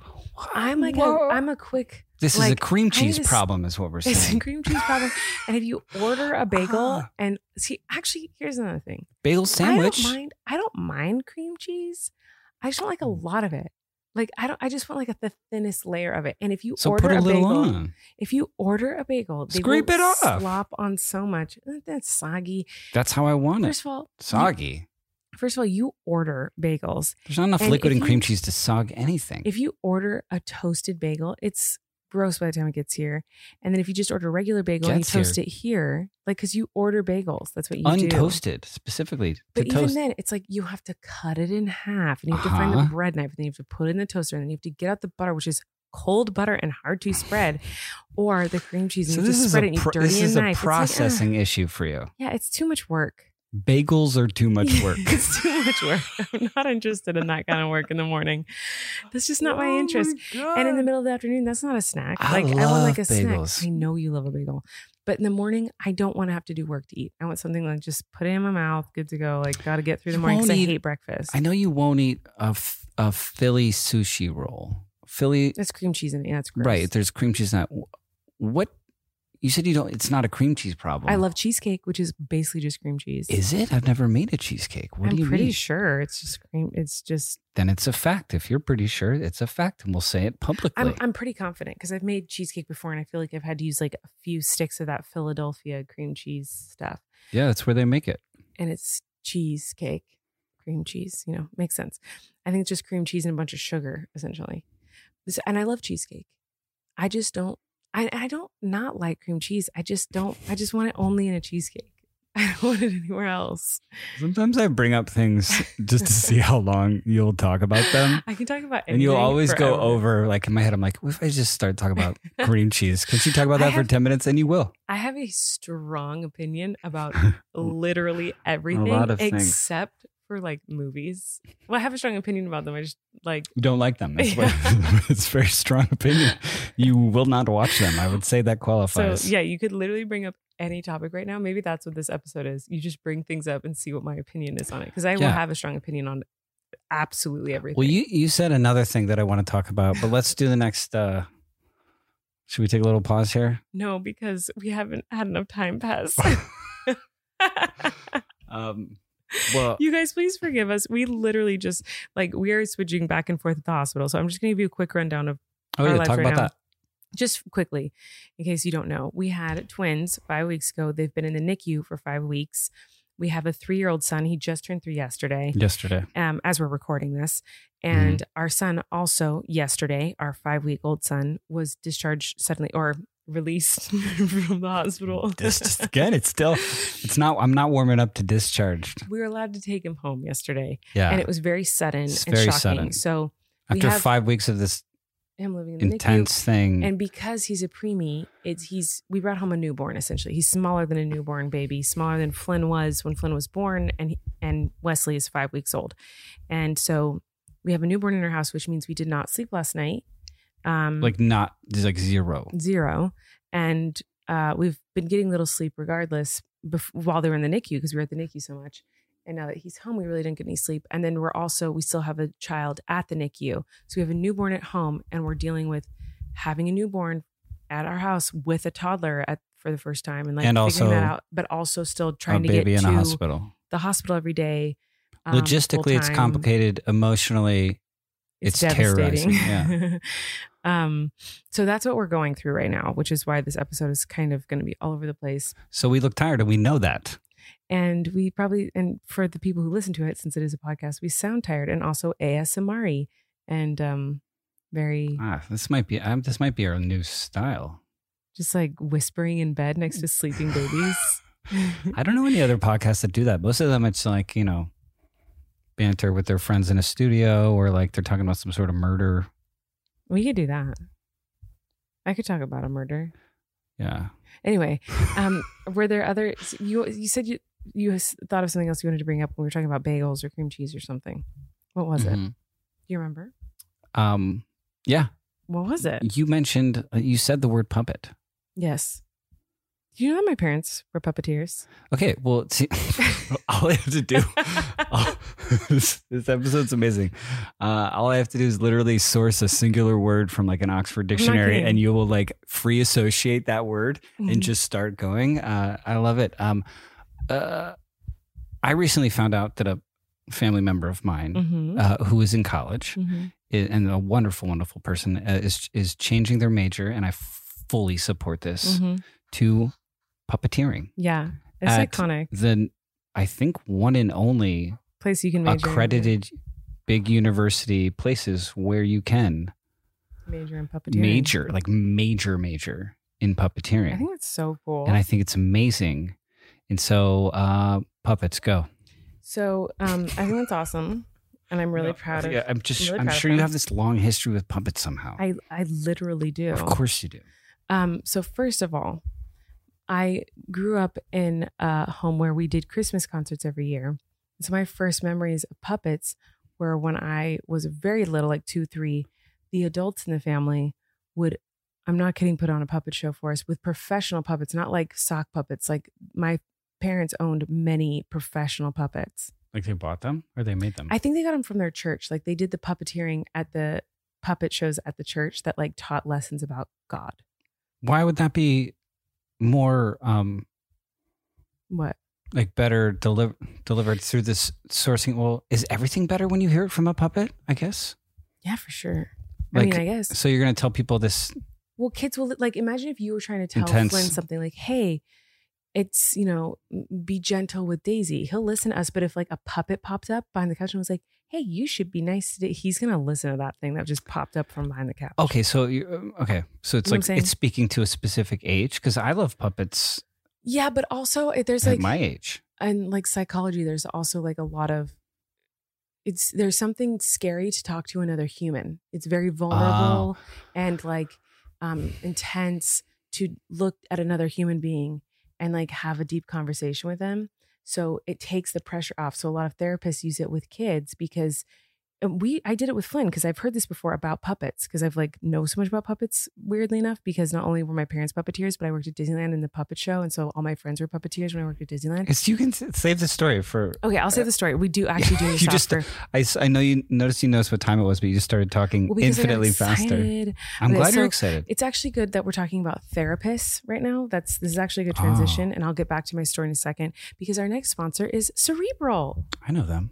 B: I'm like a,
C: Whoa.
B: I'm a quick
C: this is a
B: like,
C: cream
B: I
C: cheese
B: just-
C: problem, is what we're
B: it's a
C: saying.
B: cream cheese problem. And if you order a bagel
C: Ah.
B: and see, actually, here's another thing.
C: Bagel sandwich.
B: I don't mind. I don't mind cream cheese. I just don't like a
C: Mm.
B: lot of it. Like I don't. I just want like a, the thinnest layer of it. And if you
C: So
B: order
C: put a little
B: bagel,
C: on.
B: if you order a bagel, they
C: Scrape
B: will
C: it off.
B: Slop on so much. Eh, That's soggy.
C: That's how I want it.
B: First of all,
C: Soggy.
B: first of all, you order bagels.
C: There's not enough
B: and
C: liquid
B: if
C: in cream
B: you-
C: cheese to sog anything.
B: If you order a toasted bagel, it's gross by the time it gets here. And then if you just order a regular bagel and you
C: Gets here.
B: toast it here, like because you order bagels, that's what you do.
C: Untoasted, specifically to
B: But even
C: toast.
B: then, it's like you have to cut it in half and you have to find the
C: Uh-huh.
B: bread knife and then you have to put it in the toaster and then you have to get out the butter, which is cold butter and hard to spread, or the cream cheese and
C: so
B: you have
C: this
B: to
C: is
B: spread it
C: a
B: and you
C: pro-
B: dirty
C: this
B: a
C: is
B: knife.
C: a
B: It's like,
C: processing issue for you.
B: ah, yeah, it's too much work.
C: Bagels are too much work.
B: it's too much work. I'm not interested in that kind of work in the morning. That's just not my interest. and in the middle of the afternoon, that's not a snack.
C: Oh I
B: like I want like a
C: love bagels.
B: snack. I know you love a bagel. But in the morning, I don't want to have to do work to eat. I want something like just put it in my mouth, good to go. Like gotta get through the
C: You
B: morning because I
C: won't eat-
B: hate breakfast.
C: I know you won't eat a, f- a Philly sushi roll. Philly,
B: It's cream cheese in it. Yeah, it's gross.
C: right? There's cream cheese in that. What you said you don't? It's not a cream cheese problem.
B: I love cheesecake, which is basically just cream cheese.
C: Oh. Is it? I've never made a cheesecake. What
B: I'm
C: do you
B: pretty
C: mean?
B: sure it's just cream. It's just
C: Then it's a fact. If you're pretty sure, it's a fact, and we'll say it publicly.
B: I'm I'm pretty confident because I've made cheesecake before, and I feel like I've had to use like a few sticks of that Philadelphia cream cheese stuff,
C: yeah, that's where they make it.
B: and it's cheesecake, cream cheese. You know, makes sense. I think it's just cream cheese and a bunch of sugar essentially. This- And I love cheesecake. I just don't. I, I don't not like cream cheese. I just don't. I just want it only in a cheesecake. I don't want it anywhere else.
C: Sometimes I bring up things just to see how long you'll talk about them.
B: I can talk about
C: And you'll
B: anything
C: always go
B: forever.
C: over, like in my head, I'm like, what if I just start talking about cream cheese? Can she talk about
B: I
C: that for
B: have-
C: 10 minutes? And you will.
B: I have a strong opinion about literally everything
C: of things.
B: except for like movies. Well, I have a strong opinion about them. I just like
C: You don't like them. That's
B: Yeah.
C: what, it's a very strong opinion. You will not watch them. I would say that
B: so
C: qualifies.
B: yeah, you could literally bring up any topic right now. Maybe that's what this episode is. You just bring things up and see what my opinion is on it because I will
C: Yeah.
B: have a strong opinion on absolutely everything.
C: Well, you, you said another thing that I want to talk about, but let's do the next. Uh, should we take a little pause here?
B: no, because we haven't had enough time pass.
C: Um, well,
B: you guys please forgive us we literally just like we are switching back and forth at the hospital so i'm just going to give you a quick rundown of
C: oh,
B: our
C: yeah,
B: lives
C: talk
B: right
C: about
B: now.
C: that.
B: just quickly in case you don't know we had twins five weeks ago they've been in the nicu for five weeks we have a three-year-old son he just turned three yesterday
C: Yesterday.
B: um, as we're recording this. And
C: Mm-hmm.
B: our son also yesterday, our five week old son, was discharged suddenly or released from the hospital.
C: This just again, it's still, it's not, I'm not warming up to discharged.
B: we were allowed to take him home yesterday,
C: Yeah.
B: and it was very sudden
C: It's
B: and
C: very
B: shocking.
C: sudden.
B: So we
C: After
B: have-
C: five weeks of this
B: him living in the NICU-
C: intense thing.
B: And because he's a preemie, it's he's we brought home a newborn essentially. He's smaller than a newborn baby, smaller than Flynn was when Flynn was born, and he- and Wesley is five weeks old, and so we have a newborn in our house, which means we did not sleep last night, um,
C: like not there's like zero.
B: zero, and uh, we've been getting little sleep regardless bef- while they were in the NICU because we were at the NICU so much. And now that he's home, we really didn't get any sleep. And then we're also, we still have a child at the NICU. So we have a newborn at home and we're dealing with having a newborn at our house with a toddler at for the first time and like
C: And
B: figuring that
C: also
B: out, but also still
C: A
B: trying to get
C: baby
B: to
C: in a hospital.
B: the hospital every day. um,
C: Logistically, it's
B: full-time.
C: complicated. Emotionally, it's
B: devastating.
C: terrorizing,
B: um, so that's what we're going through right now, which is why this episode is kind of going to be all over the place.
C: so we look tired, and we know that.
B: and we probably and for the people who listen to it since it is a podcast we sound tired and also asmr and um very
C: Ah, this might be um, this might be our new style.
B: just like whispering in bed next to sleeping babies
C: I don't know any other podcasts that do that. Most of them, it's like you know, banter with their friends in a studio, or like they're talking about some sort of murder.
B: we could do that i could talk about a murder
C: Yeah,
B: anyway um were there other you you said you you s- thought of something else you wanted to bring up when we were talking about bagels or cream cheese or something what was it do
C: Mhm.
B: you remember
C: Um, yeah,
B: what was it
C: you mentioned uh, you said the word puppet.
B: yes you know that my parents were puppeteers
C: Okay, well, see, all I have to do, all- this, this episode's amazing. Uh, all I have to do is literally source a singular word from like an Oxford dictionary,
B: kidding.
C: and you will like free associate that word
B: Mm-hmm.
C: and just start going. Uh, I love it. Um, uh, I recently found out that a family member of mine
B: mm-hmm.
C: uh, who is in college
B: Mm-hmm.
C: i- and a wonderful, wonderful person uh, is is changing their major, and I fully support this
B: hmm
C: to puppeteering
B: Yeah. It's
C: At-
B: iconic.
C: the I think one and only
B: Place you can major. in.
C: accredited big university places where you can
B: Major and puppeteer.
C: major, like major, major in puppeteering.
B: I think that's so cool.
C: and I think it's amazing. And so, uh, puppets go.
B: so um, I think that's awesome, and I'm really
C: No,
B: proud of.
C: yeah, I'm just.
B: I'm really
C: I'm,
B: proud of
C: sure you
B: them.
C: have this long history with puppets somehow.
B: I I literally do.
C: Of course you do.
B: Um, so first of all, I grew up in a home where we did Christmas concerts every year. So my first memories of puppets were when I was very little, like two, three. The adults in the family would, I'm not kidding, put on a puppet show for us with professional puppets, not like sock puppets. Like my parents owned many professional puppets.
C: Like they bought them or they made them.
B: I think they got them from their church. Like they did the puppeteering at the puppet shows at the church that like taught lessons about God.
C: Why would that be more um
B: What?
C: like better deliver delivered through this sourcing? Well, is everything better when you hear it from a puppet? I guess.
B: Yeah, for sure. I
C: Like,
B: mean, I guess.
C: So you're gonna tell people this?
B: Well, kids will like imagine if you were trying to tell
C: Intense.
B: Flynn something like, "Hey, it's you know, m- be gentle with Daisy." He'll listen to us, but if like a puppet popped up behind the couch and was like, "Hey, you should be nice today," he's gonna listen to that thing that just popped up from behind the couch.
C: Okay, so you um, okay, so it's
B: You know what I'm
C: like
B: saying?
C: it's speaking to a specific age because I love puppets
B: yeah, but also it- there's
C: at
B: like
C: my age.
B: and like psychology. There's also like a lot of it's there's something scary to talk to another human. It's very vulnerable and like um intense to look at another human being and like have a deep conversation with them. So it takes the pressure off. So a lot of therapists use it with kids because and we I did it with Flynn because I've heard this before about puppets because I've like know so much about puppets weirdly enough because not only were my parents puppeteers but I worked at Disneyland in the puppet show and so all my friends were puppeteers when I worked at Disneyland.
C: It's, you can s- save the story for.
B: Okay, I'll say the story. We do actually do
C: You
B: this
C: just-
B: after.
C: I, s- I know you noticed you noticed what time it was, but you just started talking
B: Well, because I got
C: infinitely faster.
B: excited.
C: I'm
B: Okay,
C: glad
B: so
C: you're excited.
B: It's actually good that we're talking about therapists right now. That's this is actually a good
C: Ah.
B: transition, and I'll get back to my story in a second because our next sponsor is Cerebral.
C: I know them.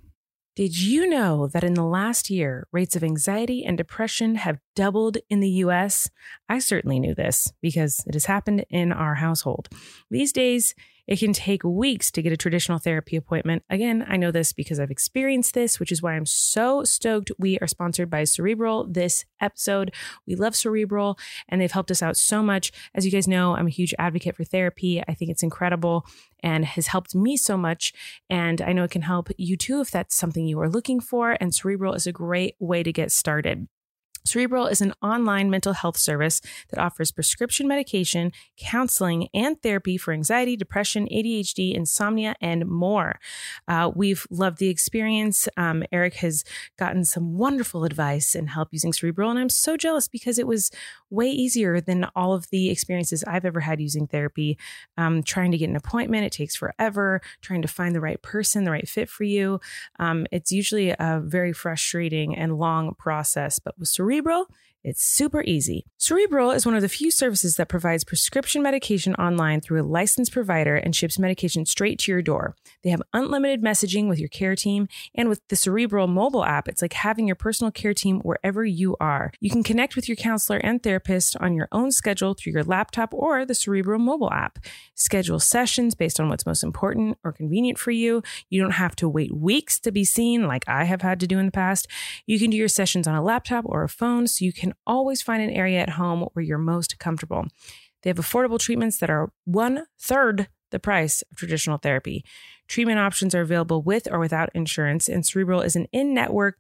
B: Did you know that in the last year, rates of anxiety and depression have doubled in the US? I certainly knew this because it has happened in our household. These days, it can take weeks to get a traditional therapy appointment. Again, I know this because I've experienced this, which is why I'm so stoked we are sponsored by Cerebral this episode. We love Cerebral and they've helped us out so much. As you guys know, I'm a huge advocate for therapy. I think it's incredible and has helped me so much. And I know it can help you too if that's something you are looking for. And Cerebral is a great way to get started. Cerebral is an online mental health service that offers prescription medication, counseling, and therapy for anxiety, depression, ADHD, insomnia, and more. Uh, we've loved the experience. Um, Eric has gotten some wonderful advice and help using Cerebral, and I'm so jealous because it was way easier than all of the experiences I've ever had using therapy um, trying to get an appointment it takes forever trying to find the right person the right fit for you um, it's usually a very frustrating and long process but with cerebral it's super easy. Cerebral is one of the few services that provides prescription medication online through a licensed provider and ships medication straight to your door. They have unlimited messaging with your care team and with the Cerebral mobile app, it's like having your personal care team wherever you are. You can connect with your counselor and therapist on your own schedule through your laptop or the Cerebral mobile app. Schedule sessions based on what's most important or convenient for you. You don't have to wait weeks to be seen like I have had to do in the past. You can do your sessions on a laptop or a phone so you can always find an area at home where you're most comfortable. They have affordable treatments that are one third the price of traditional therapy. Treatment options are available with or without insurance, and Cerebral is an in network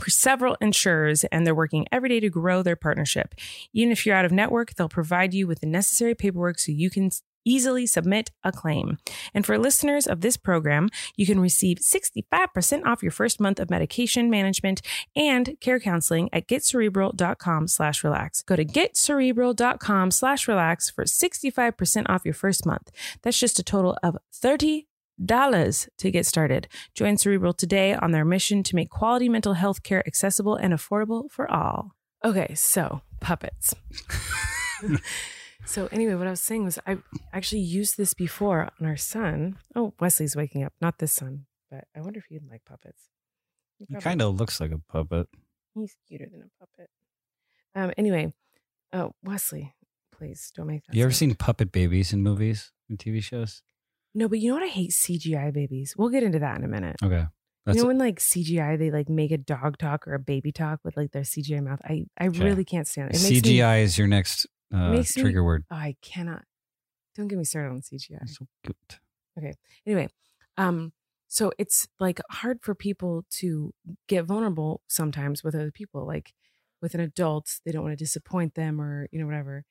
B: for several insurers, and they're working every day to grow their partnership. Even if you're out of network, they'll provide you with the necessary paperwork so you can s- easily submit a claim. And for listeners of this program, you can receive 65% off your first month of medication management and care counseling at getcerebral.com slash relax. Go to getcerebral.com slash relax for 65% off your first month. That's just a total of 30 dollars to get started. Join Cerebral today on their mission to make quality mental health care accessible and affordable for all. Okay, so puppets. so anyway, what I was saying was I actually used this before on our son. Oh, Wesley's waking up, not this son, but I wonder if he'd like puppets. He
C: It
B: probably-
C: kind of looks like a puppet.
B: He's cuter than a puppet. Um. Anyway, oh Wesley, please don't make that.
C: You ever
B: sound.
C: seen puppet babies in movies and TV shows?
B: No, but you know what? I hate CGI babies. We'll get into that in a minute.
C: Okay. That's
B: you know when like CGI they like make a dog talk or a baby talk with like their CGI mouth. I I
C: Yeah.
B: really can't stand it. it makes me-
C: CGI is your next uh,
B: makes me-
C: trigger word.
B: oh, I cannot. Don't get me started on CGI.
C: So good.
B: Anyway, um, so it's like hard for people to get vulnerable sometimes with other people, like with an adult, they don't want to disappoint them or you know whatever.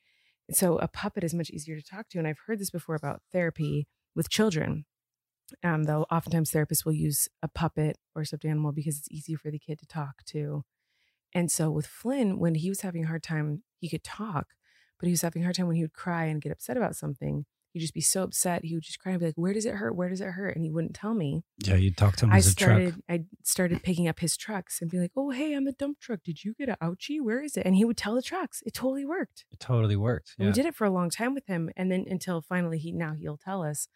B: So a puppet is much easier to talk to, and I've heard this before about therapy with children. Um, though oftentimes therapists will use a puppet or stuffed animal because it's easier for the kid to talk to. And so with Flynn, when he was having a hard time, he could talk, but he was having a hard time when he would cry and get upset about something he'd just be so upset. He would just cry and be like, "Where does it hurt? Where does it hurt?" And he wouldn't tell me.
C: Yeah, you talked to him
B: I
C: as a
B: started,
C: truck.
B: I started picking up his trucks and be like, "Oh, hey, I'm a dump truck. Did you get a ouchie? Where is it?" And he would tell the trucks. It totally worked.
C: It totally worked.
B: And
C: Yeah.
B: We did it for a long time with him, and then until finally he now he'll tell us.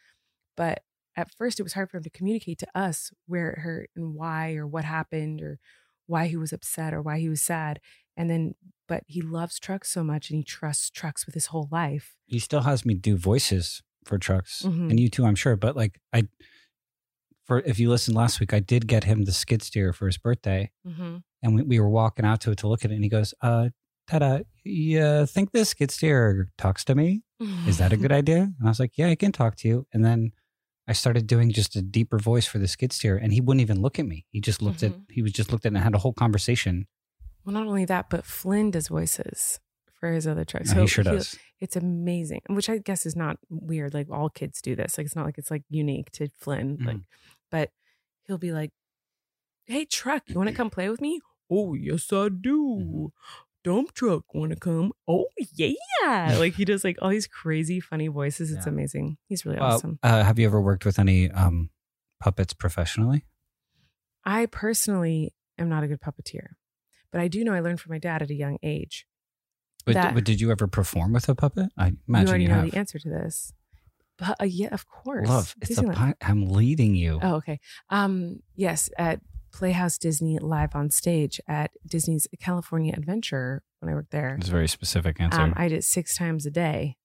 B: But at first, it was hard for him to communicate to us where it hurt and why or what happened or why he was upset or why he was sad. And then, but he loves trucks so much and he trusts trucks with his whole life.
C: He still has me do voices for trucks,
B: Mhm.
C: and you too, I'm sure. But like I, for if you listened last week, I did get him the skid steer for his birthday,
B: Mm-hmm.
C: and we, we were walking out to it to look at it, and he goes, "Uh, Tada, you uh, think this skid steer talks to me? Is that a good idea?" And I was like, "Yeah, I can talk to you." And then I started doing just a deeper voice for the skid steer, and he wouldn't even look at me. He just looked at
B: Mm-hmm.
C: he was just looked at it and had a whole conversation.
B: Well, not only that, but Flynn does voices for his other trucks.
C: he sure
B: he'll-
C: does.
B: It's amazing, which I guess is not weird. Like all kids do this. Like it's not like it's like unique to Flynn.
C: Mhm.
B: Like, but he'll be like, "Hey, truck, you want to come play with me?" Oh yes, I
C: Mm-hmm.
B: do. Dump truck, want to come? Oh yeah! like he does like all these crazy funny voices. It's
C: Yeah.
B: amazing. He's really
C: Well,
B: awesome.
C: Uh, have you ever worked with any um, puppets professionally?
B: I personally am not a good puppeteer, but I do know I learned from my dad at a young age.
C: But,
B: That-
C: but did you ever perform with a puppet? I
B: you
C: imagine
B: already
C: you,
B: know
C: have.
B: the answer to this. But uh, yeah, of course.
C: Love, it's a
B: Disneyland.
C: pi- I'm leading you.
B: Oh, okay. Um, yes, at Playhouse Disney live on stage at Disney's California Adventure when I worked there.
C: It's a very specific answer.
B: Um, I did six times a day,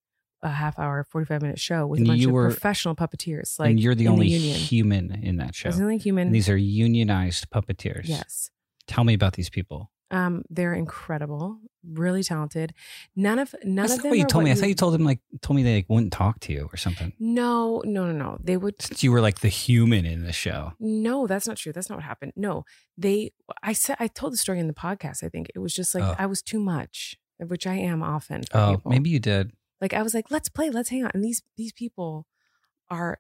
B: a half hour, forty five minute show with
C: And
B: a bunch
C: you
B: of
C: were-
B: professional puppeteers. Like
C: and you're the
B: in
C: only
B: union.
C: human in that
B: I
C: show.
B: was the only human.
C: And these are unionized puppeteers.
B: yes.
C: Tell me about these people.
B: Um, they're incredible, really talented. None of none
C: That's
B: of
C: not
B: them.
C: what you
B: are
C: told
B: what
C: me. I thought you told them like told me they like, wouldn't talk to you or something.
B: No, no, no, no. They would
C: Since you were like the human in the show.
B: No, that's not true. That's not what happened. No, they. I said I told the story in the podcast. I think it was just like
C: Oh.
B: I was too much, which I am often. For
C: Oh,
B: people.
C: maybe you did.
B: like I was like, let's play, let's hang out, and these these people are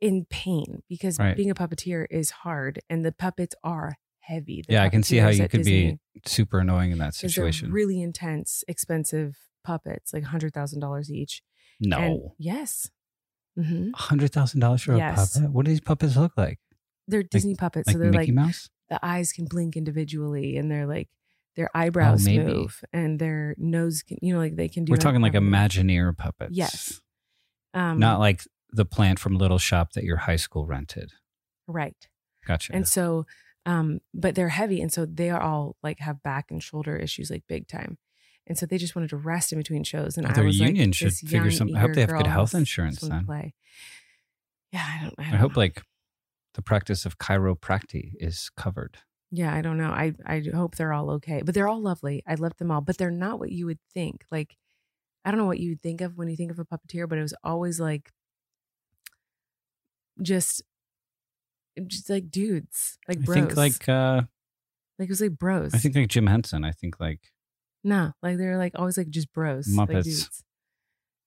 B: in pain because
C: Right.
B: being a puppeteer is hard, and the puppets are heavy. The
C: Yeah, I can see how
B: puppeteers
C: you
B: at
C: could be
B: Disney
C: Super annoying in that
B: is they're
C: situation.
B: Really intense, expensive puppets, like hundred thousand dollars each. And
C: no.
B: yes. hmm
C: Hundred thousand dollars for
B: Yes.
C: a puppet? What do these puppets look like?
B: They're Disney puppets,
C: Like
B: so they're
C: Mickey
B: like
C: Mouse?
B: the eyes can blink individually and they're like their eyebrows
C: Oh, maybe.
B: move and their nose can you know like they can do
C: We're talking like
B: everything.
C: Imagineer puppets.
B: Yes. um
C: Not like the plant from Little Shop that your high school rented.
B: right
C: Gotcha.
B: and so um but they're heavy and so they are all like have back and shoulder issues like big time and so they just wanted to rest in between shows and
C: Oh,
B: I
C: their
B: was like,
C: union should
B: this
C: figure
B: young,
C: some- I hope
B: eager
C: they have good
B: girl
C: health
B: just
C: insurance
B: wanted to
C: then.
B: play. yeah i don't i,
C: I
B: don't
C: hope
B: know.
C: like the practice of chiropractic is covered.
B: Yeah, I don't know. I I hope they're all okay, but they're all lovely. I love them all, but they're not what you would think. Like, I don't know what you would think of when you think of a puppeteer, but it was always like, just, just like dudes, like bros.
C: I think like uh
B: like it was like bros.
C: I think like Jim Henson. I think like
B: no, like they're like always like just bros, like
C: Muppets.
B: dudes.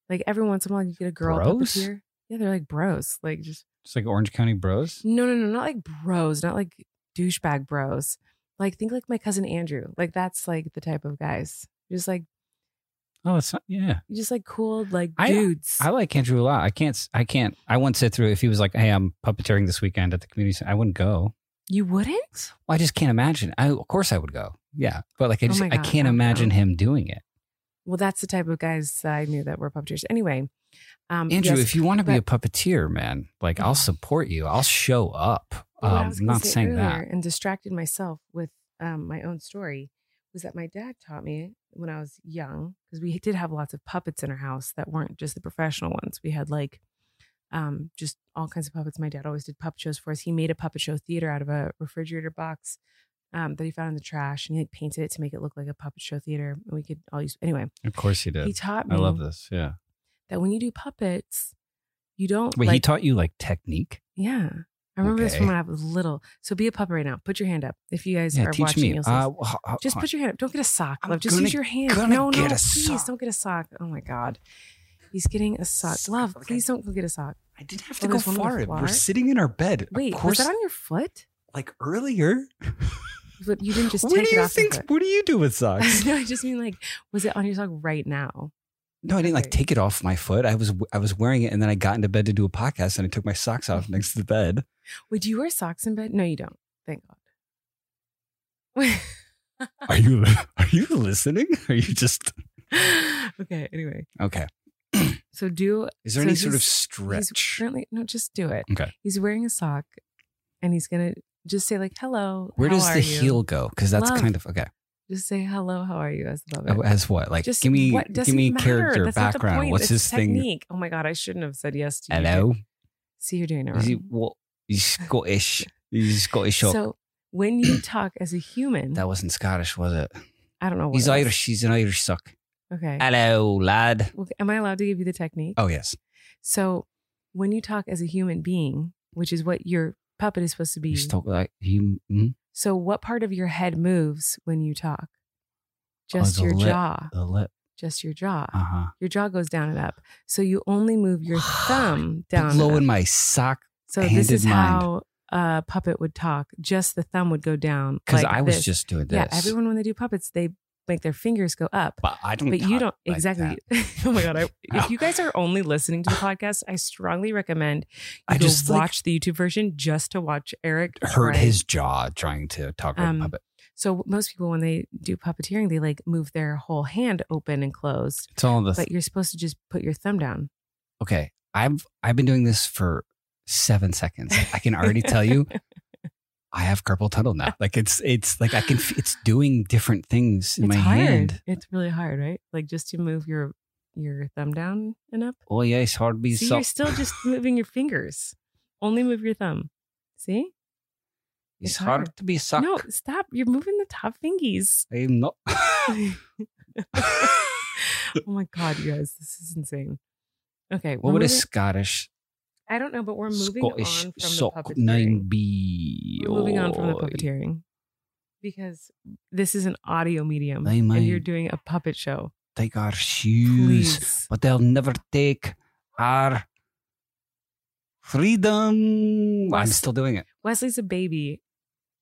B: Like every once in a while, you get a girl
C: Bros?
B: puppeteer. Yeah, they're like bros, like just
C: it's like Orange County Bros.
B: No, no, no, not like bros, not like douchebag bros. Like think like my cousin Andrew. Like that's like the type of guys. Just like
C: Oh, it's not yeah.
B: just like cool like
C: I-
B: dudes.
C: I like Andrew a lot. I can't s- I can't I wouldn't sit through if he was like, Hey, I'm puppeteering this weekend at the community center. I wouldn't go.
B: you wouldn't?
C: Well, I just can't imagine. I of course I would go. Yeah. But like I
B: Oh
C: just
B: my
C: I
B: God,
C: can't
B: I would
C: imagine
B: go.
C: him doing it.
B: Well, that's the type of guys that I knew that were puppeteers. Anyway, um
C: Andrew,
B: yes,
C: if you want to be a puppeteer, man, like I'll support you. I'll show up.
B: what Oh, I
C: Um,
B: was
C: I'm
B: gonna
C: not
B: say
C: saying
B: earlier
C: that.
B: and distracted myself with um, my own story was that my dad taught me when I was young because we did have lots of puppets in our house that weren't just the professional ones. We had like um, just all kinds of puppets. My dad always did puppet shows for us. He made a puppet show theater out of a refrigerator box um, that he found in the trash, and he like painted it to make it look like a puppet show theater. And we could all use anyway.
C: Of course he did.
B: He taught me
C: I love this. Yeah.
B: that when you do puppets, you don't
C: Wait, he
B: like-
C: taught you like technique?
B: Yeah. I remember this from
C: Okay.
B: when I was little. So be a puppet right now. Put your hand up. If you guys
C: Yeah,
B: are
C: teach
B: watching,
C: me.
B: you'll see.
C: Uh,
B: this.
C: wh- h-
B: just
C: h-
B: put your hand up. Don't get a sock,
C: I'm
B: love. Just
C: gonna-
B: use your hand.
C: gonna
B: No, no,
C: get a
B: please
C: sock.
B: don't get a sock. Oh my God. He's getting a sock.
C: Sock,
B: Love,
C: okay.
B: please don't go get a sock.
C: I didn't have
B: Oh, there's one with
C: We're
B: flour?
C: sitting in our bed.
B: Wait,
C: of course,
B: was that on your foot?
C: like earlier.
B: But you didn't just
C: what
B: take
C: do
B: it
C: you
B: off your
C: think?
B: foot.
C: What do you do with socks?
B: no, I just mean like, was it on your sock right now?
C: no, I didn't like
B: Okay.
C: take it off my foot. I was I was wearing it, and then I got into bed to do a podcast, and I took my socks off next to the bed.
B: Wait, do you wear socks in bed? No, you don't. Thank God.
C: Are you Are you listening? Are you just
B: okay, anyway.
C: okay?
B: So do
C: Is there
B: So
C: any sort of
B: he's- He's
C: stretch?
B: currently no, just do it.
C: Okay.
B: He's wearing a sock, and he's gonna just say like, "Hello."
C: Where
B: how
C: does
B: are
C: the
B: you?"
C: heel go? Because that's
B: Love.
C: kind of okay.
B: Just say hello. How are you? As the
C: Oh,
B: puppet.
C: As what? Like,
B: just
C: give me
B: what-
C: give
B: doesn't
C: me
B: matter.
C: character
B: That's not the
C: background.
B: point.
C: What's
B: It's
C: his thing?
B: Technique. Oh my god, I shouldn't have said yes to you.
C: Hello.
B: See, you're doing it
C: Is he
B: wrong.
C: what? He's Scottish. He's Scottish. So,
B: So when you talk as a human,
C: that wasn't Scottish, was it?
B: I don't know. What
C: He's
B: it is.
C: Irish. He's an Irish suck.
B: Okay.
C: Hello, lad.
B: Well, am I allowed to give you the technique?
C: Oh yes,
B: So when you talk as a human being, which is what your puppet is supposed to be,
C: he's talk like he. Mm,
B: so what part of your head moves when you talk?
C: Oh,
B: Just
C: the
B: your
C: lip.
B: jaw.
C: the lip.
B: just your jaw.
C: Uh huh.
B: Your jaw goes down and up. So you only move your thumb down. and
C: Blowing
B: up.
C: my sock
B: so this is
C: handed mind.
B: how a puppet would talk. Just the thumb would go down.
C: because
B: like
C: I was
B: this.
C: just doing this.
B: Yeah, everyone when they do puppets, they make their fingers go up.
C: But I don't.
B: But you
C: talk
B: don't
C: like
B: exactly.
C: that.
B: oh my god! I,
C: Ow.
B: if you guys are only listening to the podcast, I strongly recommend you
C: I
B: go
C: just, like,
B: watch the YouTube version just to watch Eric
C: Hurt
B: try.
C: his jaw trying to talk like
B: Um,
C: a puppet.
B: So most people, when they do puppeteering, they like move their whole hand open and closed,
C: It's all the
B: but you're supposed to just put your thumb down.
C: okay. I've I've been doing this for seven seconds. I can already tell you, I have carpal tunnel now. Like it's it's like I can. f- It's doing different things in
B: it's
C: my
B: hard.
C: hand.
B: It's really hard, right? Like just to move your your thumb down and up.
C: Oh yeah, it's hard
B: See, you're still just moving your fingers. Only move your thumb. See?
C: It's
B: It's hard.
C: hard to be suck.
B: No, stop. You're moving the top fingies.
C: I'm not.
B: oh my god, you guys, this is insane. Okay,
C: what
B: we're
C: would a
B: moving-
C: Scottish,
B: I don't know, but we're moving
C: Scottish
B: on from the
C: sock name
B: puppeteering.
C: be? Oh,
B: We're moving on from the
C: Oi.
B: puppeteering because this is an audio medium,
C: They
B: and
C: might-
B: you're doing a puppet show.
C: Take our shoes,
B: Please.
C: but they'll never take our freedom. I'm
B: Wes-
C: still doing it.
B: Wesley's a baby,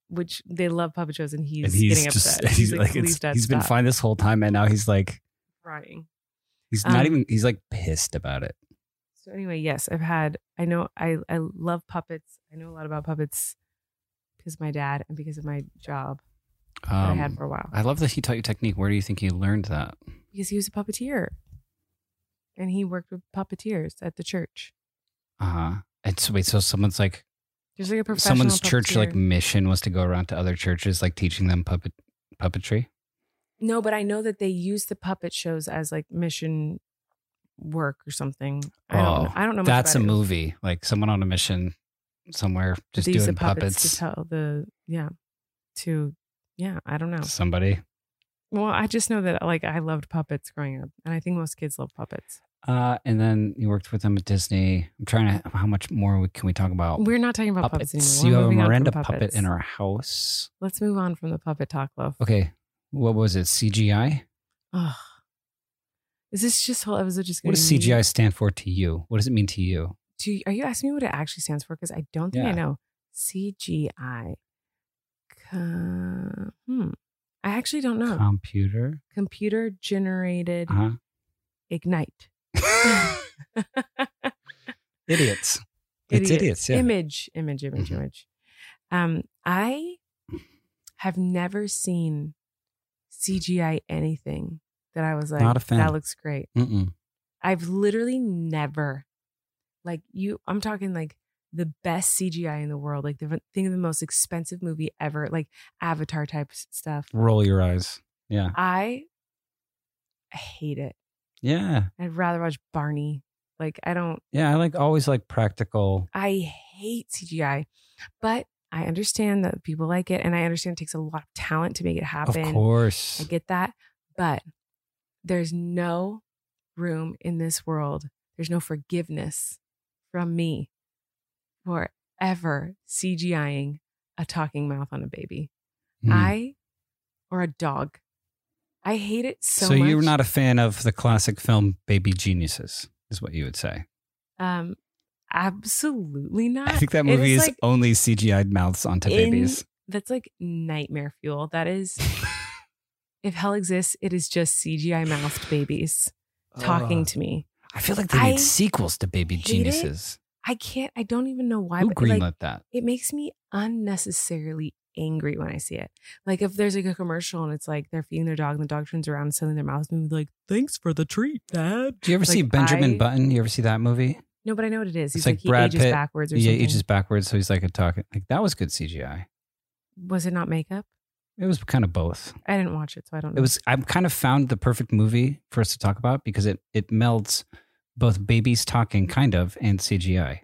B: which they love puppet shows, and he's,
C: and he's
B: getting
C: just,
B: upset. He's,
C: he's
B: like,
C: like,
B: please
C: it's,
B: dad,
C: he's been
B: stop
C: fine this whole time. And now he's like,
B: crying.
C: he's
B: Um,
C: not even, he's like pissed about it.
B: So anyway, yes, I've had. I know I I love puppets. I know a lot about puppets because of my dad and because of my job that I had
C: Um,
B: for a while.
C: I love that he taught you technique. Where do you think he learned that?
B: because he was a puppeteer, and he worked with puppeteers at the church.
C: Uh huh. And so, wait, so someone's like,
B: There's like a professional
C: someone's church like
B: puppeteer.
C: mission was to go around to other churches like teaching them puppet puppetry
B: No, but I know that they use the puppet shows as like mission work or something. I don't
C: Oh,
B: know. I don't know. Much
C: that's a
B: about it.
C: movie like someone on a mission somewhere just
B: They use
C: doing
B: the puppets,
C: puppets,
B: to tell the yeah to yeah I don't know.
C: somebody
B: Well, I just know that like I loved puppets growing up, and I think most kids love puppets.
C: uh and then you worked with them at disney i'm trying to how much more we, can we talk about
B: We're not talking about puppets,
C: Oh, puppets?
B: anymore.
C: you
B: We're
C: have a
B: moving on from
C: miranda
B: puppets.
C: puppet in our house
B: Let's move on from the puppet talk, love.
C: okay what was it cgi
B: Ugh. Is this just whole episode just going
C: what does cgi stand for to you what does it mean to you
B: Do you, are you asking me what it actually stands for? Because I don't think I
C: Yeah.
B: know. CGI. Com- hmm. I actually don't know.
C: computer
B: Computer generated
C: uh-huh
B: ignite.
C: idiots It's idiots, yeah.
B: Image, image, image,
C: Mhm.
B: image. Um, I have never seen CGI anything that I was like,
C: Not a fan.
B: that looks great.
C: Mm-mm.
B: I've literally never, like you, I'm talking like the best CGI in the world, like the thing of the most expensive movie ever, like Avatar type s- stuff.
C: roll your eyes yeah
B: I hate it.
C: yeah
B: I'd rather watch Barney Like I don't
C: Yeah, I like always like practical.
B: I hate CGI, but I understand that people like it and I understand it takes a lot of talent to make it happen.
C: Of
B: I
C: course.
B: get that. But there's no room in this world. There's no forgiveness from me for ever CGIing a talking mouth on a baby.
C: Mm.
B: I or a dog. I hate it so,
C: so
B: much.
C: you're not a fan of the classic film Baby Geniuses, is what you would say.
B: um absolutely not.
C: I think that
B: Uh, It
C: movie is
B: like,
C: only CGI'd mouths onto
B: in-
C: babies.
B: that's like nightmare fuel. That is if hell exists, it is just CGI mouthed babies talking to me.
C: I feel like they
B: I
C: made sequels to Baby
B: hate it.
C: Geniuses.
B: I can't. I don't even know why.
C: Who
B: but like,
C: greenlit that?
B: it makes me unnecessarily angry when I see it. Like if there's like a commercial and it's like they're feeding their dog and the dog turns around and suddenly their mouth's moving like, "Thanks for the treat, Dad."
C: Do you ever see
B: like,
C: Benjamin
B: I-
C: Button? You ever see that movie?
B: No, but I know what it is. He's
C: It's
B: like,
C: like
B: he
C: Brad
B: ages
C: Pitt.
B: backwards or
C: Yeah,
B: something.
C: he just backwards, so he's like a talking. Like that was good CGI.
B: Was it not makeup?
C: It was kind of both.
B: I didn't watch it, so I don't know.
C: It was. I've kind of found the perfect movie for us to talk about because it it melds both babies talking, kind of, and CGI.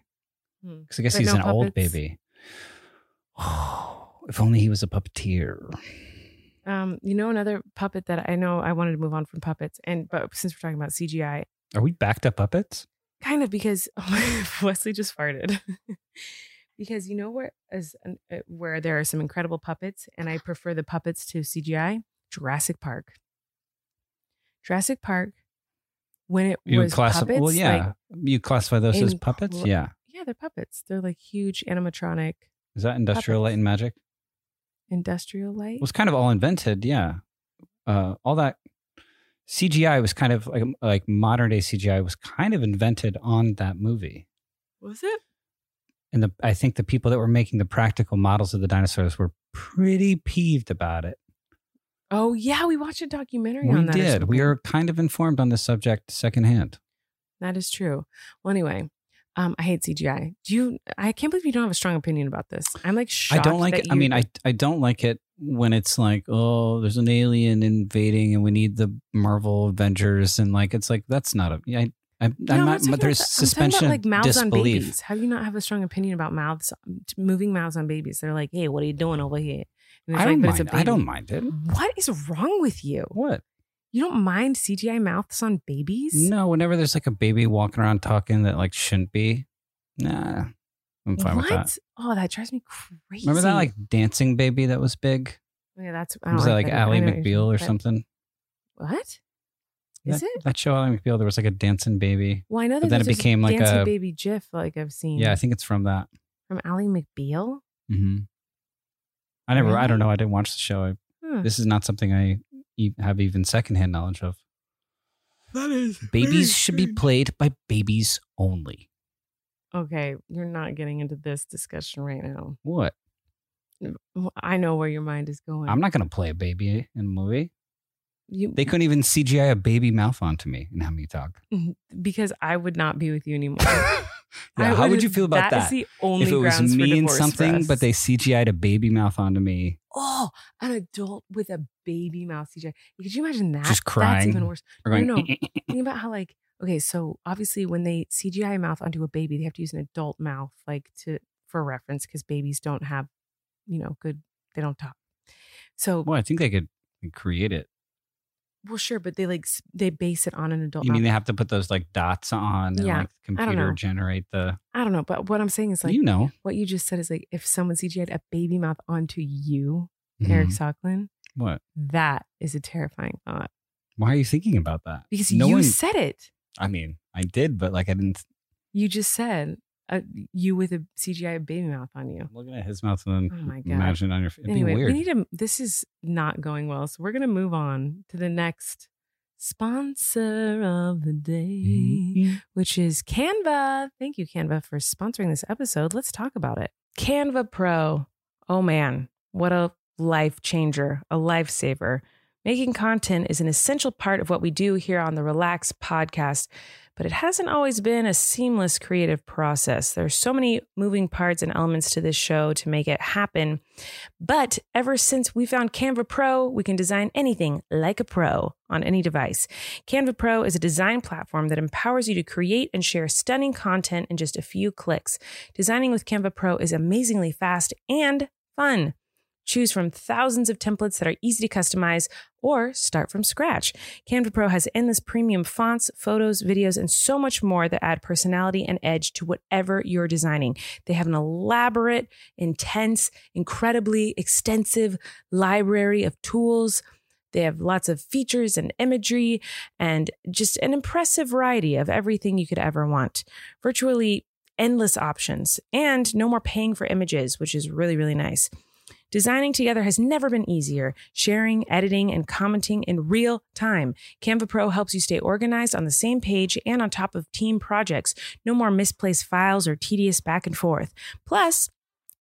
B: Hmm.
C: Because I guess
B: But
C: he's
B: no
C: an old
B: puppets?
C: baby. Oh, if only he was a puppeteer.
B: Um, you know, another puppet that I know I wanted to move on from puppets, and but since we're talking about CGI,
C: Are we back to puppets?
B: kind of because Wesley just farted. because you know where as an, uh, where there are some incredible puppets, and I prefer the puppets to CGI. Jurassic Park. Jurassic Park, when it
C: You
B: was
C: classi-
B: puppets,
C: Well,
B: like-
C: yeah. you classify those as
B: in-
C: puppets? yeah.
B: yeah, they're puppets. They're like huge animatronic
C: Is that industrial
B: puppets.
C: light and magic?
B: industrial light.
C: It was kind of all invented. Yeah. Uh, all that CGI was kind of like like modern day CGI was kind of invented on that movie.
B: Was it?
C: And the, I think the people that were making the practical models of the dinosaurs were pretty peeved about it.
B: Oh yeah, we watched a documentary
C: We
B: on that. or
C: did. We
B: something.
C: are kind of informed on this subject secondhand.
B: That is true. Well, anyway, um, I hate CGI. Do you? I can't believe you don't have a strong opinion about this. I'm like shocked.
C: I don't like
B: that
C: it. I
B: you-
C: mean, I I don't like it when it's like, oh, there's an alien invading, and we need the Marvel Avengers, and like it's like that's not a. I, I, I'm
B: No, I'm talking
C: not. But
B: about
C: there's
B: that. I'm talking
C: suspension
B: about,
C: of disbelief.
B: babies. How do you not have a strong opinion about mouths moving mouths on babies? They're like, hey, what are you doing over here? And it's
C: I don't
B: like, but it's a
C: mind. I
B: baby.
C: don't mind it.
B: What is wrong with you?
C: What?
B: You don't mind CGI mouths on babies?
C: No. Whenever there's like a baby walking around talking that like shouldn't be, nah, I'm fine
B: what?
C: with that.
B: Oh, that drives me crazy.
C: Remember that like dancing baby that was big?
B: yeah, that's I don't
C: Was that like
B: that either. I
C: Ally
B: know what you're
C: McBeal or
B: saying,
C: something?
B: but- What? Is
C: that,
B: it?
C: that show Ally McBeal? There was like a dancing baby.
B: Well, I know that
C: But then it
B: there's this
C: became like
B: dancing
C: a-
B: baby GIF, like I've seen.
C: Yeah, I think it's from that.
B: from Ally McBeal.
C: hmm I never. I
B: Really?
C: don't know. I didn't watch the show. I,
B: Huh.
C: this is not something I e- have even secondhand knowledge of. That is. Babies
B: Mm,
C: should be played by babies only.
B: Okay, you're not getting into this discussion right now.
C: What?
B: Well, I know where your mind is going.
C: I'm not going to play a baby in a movie.
B: you,
C: They couldn't even CGI a baby mouth onto me and have me talk.
B: because I would not be with you anymore.
C: Yeah,
B: I
C: how would you feel about
B: That
C: that?
B: is the only
C: If it was
B: grounds for
C: me and
B: divorce for
C: something,
B: us.
C: but they CGI'd a baby mouth onto me.
B: oh, an adult with a baby mouth CJ. Could you imagine that?
C: Just crying.
B: That's even worse.
C: Or going, "Eh,
B: No, no. Think about how like okay, so obviously when they CGI a mouth onto a baby, they have to use an adult mouth like to for reference because babies don't have, you know, good. They don't talk. So
C: well, I think they could create it.
B: Well, sure, but they like s- they base it on an adult.
C: You mean
B: novel.
C: they have to put those like dots on and
B: Oh, uh, Yeah,
C: like
B: don't
C: computer
B: know.
C: generate the?
B: I don't know, but what I'm saying is like
C: you know,
B: what you just said is like if someone CGI'd a baby mouth onto you,
C: Mhm.
B: Eric Socklin,
C: What?
B: that is a terrifying thought
C: Why are you thinking about that?
B: because
C: no
B: you
C: one.
B: said it.
C: I mean, I did, but like I didn't.
B: You just said uh, you with a CGI baby mouth on you.
C: I'm looking at his mouth and
B: Oh
C: then
B: my God.
C: imagine on your. It'd
B: anyway,
C: be weird.
B: we need to. This is not going well, so we're gonna move on to the next sponsor of the
C: Mm-hmm.
B: day. which is Canva. Thank you, Canva, for sponsoring this episode. Let's talk about it. Canva Pro. Oh man, what a life changer, a lifesaver. Making content is an essential part of what we do here on the Relax podcast, but it hasn't always been a seamless creative process. There's so many moving parts and elements to this show to make it happen. But ever since we found Canva Pro, we can design anything like a pro on any device. Canva Pro is a design platform that empowers you to create and share stunning content in just a few clicks. Designing with Canva Pro is amazingly fast and fun. Choose from thousands of templates that are easy to customize or start from scratch. Canva Pro has endless premium fonts, photos, videos, and so much more that add personality and edge to whatever you're designing. They have an elaborate, intense, incredibly extensive library of tools. They have lots of features and imagery and just an impressive variety of everything you could ever want. Virtually endless options and no more paying for images, which is really, really nice. Designing together has never been easier. Sharing, editing, and commenting in real time. Canva Pro helps you stay organized on the same page and on top of team projects. No more misplaced files or tedious back and forth. Plus,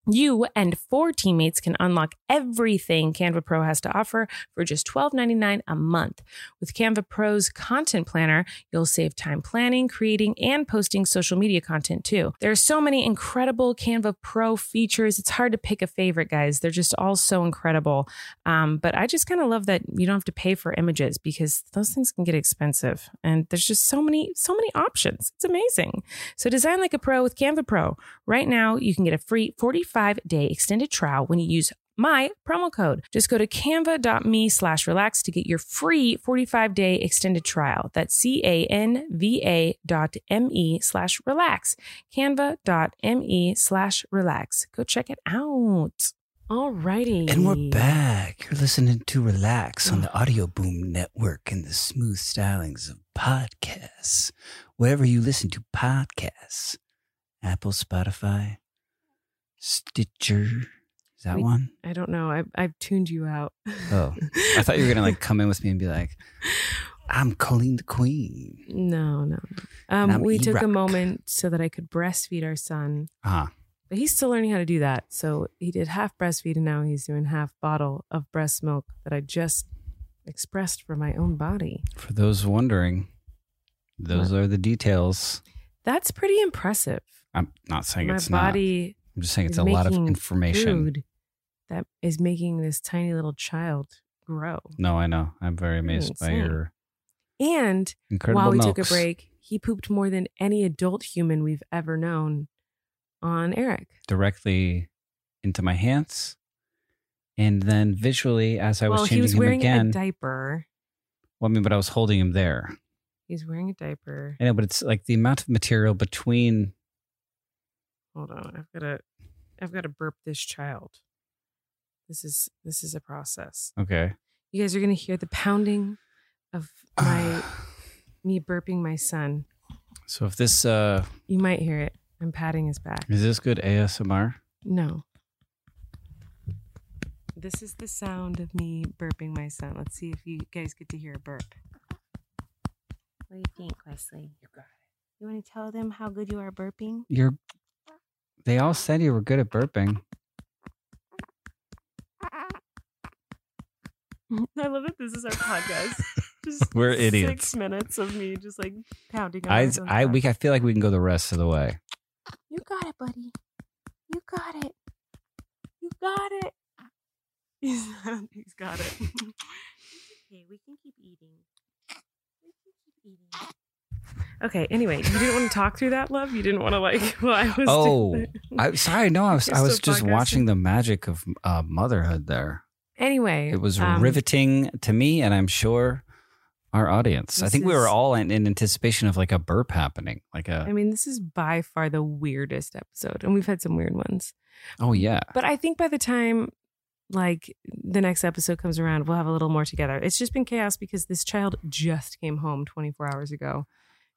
B: you and four teammates can unlock everything Canva Pro has to offer for just $12.99 a month. With Canva Pro's content planner, you'll save time planning, creating, and posting social media content too. There are so many incredible Canva Pro features. It's hard to pick a favorite, guys. They're just all so incredible. Um, but I just kind of love that you don't have to pay for images because those things can get expensive. And there's just so many, so many options. It's amazing. So design like a pro with Canva Pro. Right now, you can get a free 45 day extended trial when you use my promo code. Just go to canva.me slash relax to get your free 45 day extended trial. That's C A N V A dot M E slash relax. Canva.me E slash relax. Go check it out. Alrighty.
D: And we're back. You're listening to Relax on the Audio Boom Network and the smooth stylings of podcasts. Wherever you listen to podcasts, Apple, Spotify, Stitcher. Is that
B: We-
D: one?
B: I don't know. I, I've tuned you out.
C: Oh, I thought you were gonna like come in with me and be like,
D: I'm Colleen the Queen.
B: No, no.
D: I'm
B: Um, we took a
D: E-Rock.
B: moment so that I could breastfeed our son,
C: ah,
B: but he's still learning how to do that. So he did half breastfeed, and now he's doing half bottle of breast milk that I just expressed for my own body.
C: for those wondering, those are the details.
B: That's pretty impressive.
C: I'm not saying
B: my
C: it's not.
B: body
C: I'm just saying it's
B: is
C: a lot of
B: making
C: information.
B: food that is making this tiny little child grow.
C: No, I know. I'm very amazed by
B: Insane.
C: your
B: And
C: incredible.
B: while we took
C: milks.
B: a break, he pooped more than any adult human we've ever known on Eric.
C: directly into my hands, and then visually as I was
B: well,
C: changing
B: he was
C: him
B: wearing
C: again.
B: a diaper.
C: well, I mean, but I was holding him there.
B: He's wearing a diaper.
C: I know, but it's like the amount of material between.
B: Hold on, I've got to, I've got to burp this child. This is this is a process.
C: Okay.
B: You guys are gonna hear the pounding of my me burping my son.
C: so if this uh
B: You might hear it. I'm patting his back.
C: is this good ASMR?
B: No. This is the sound of me burping my son. Let's see if you guys get to hear a burp. What do you think, Wesley? You got it. You want to tell them how good you are burping?
C: You're. They all said you were good at burping.
B: I love that this is our podcast. Just
C: We're idiots.
B: Six minutes of me just like pounding. On
C: I
B: my son's
C: I
B: back.
C: we I feel like we can go the rest of the way.
A: You got it, buddy. You got it. You got it.
B: He's, I don't think he's got it.
A: Okay, we can keep eating. We can keep eating.
B: okay. Anyway, you didn't want to talk through that, love. You didn't want to like. Well, I was. doing
C: Oh,
B: that.
C: I'm sorry. No, I was
B: You're
C: I
B: still
C: was just
B: podcasting?
C: watching the magic of uh, motherhood. There,
B: Anyway,
C: it was
B: um,
C: riveting to me, and I'm sure our audience. I
B: This
C: think we
B: is-
C: were all in, in anticipation of like a burp happening. Like
B: I
C: a
B: mean, this is by far the weirdest episode, and we've had some weird ones.
C: oh yeah.
B: But I think by the time like the next episode comes around, we'll have a little more together. It's just been chaos because this child just came home 24 hours ago.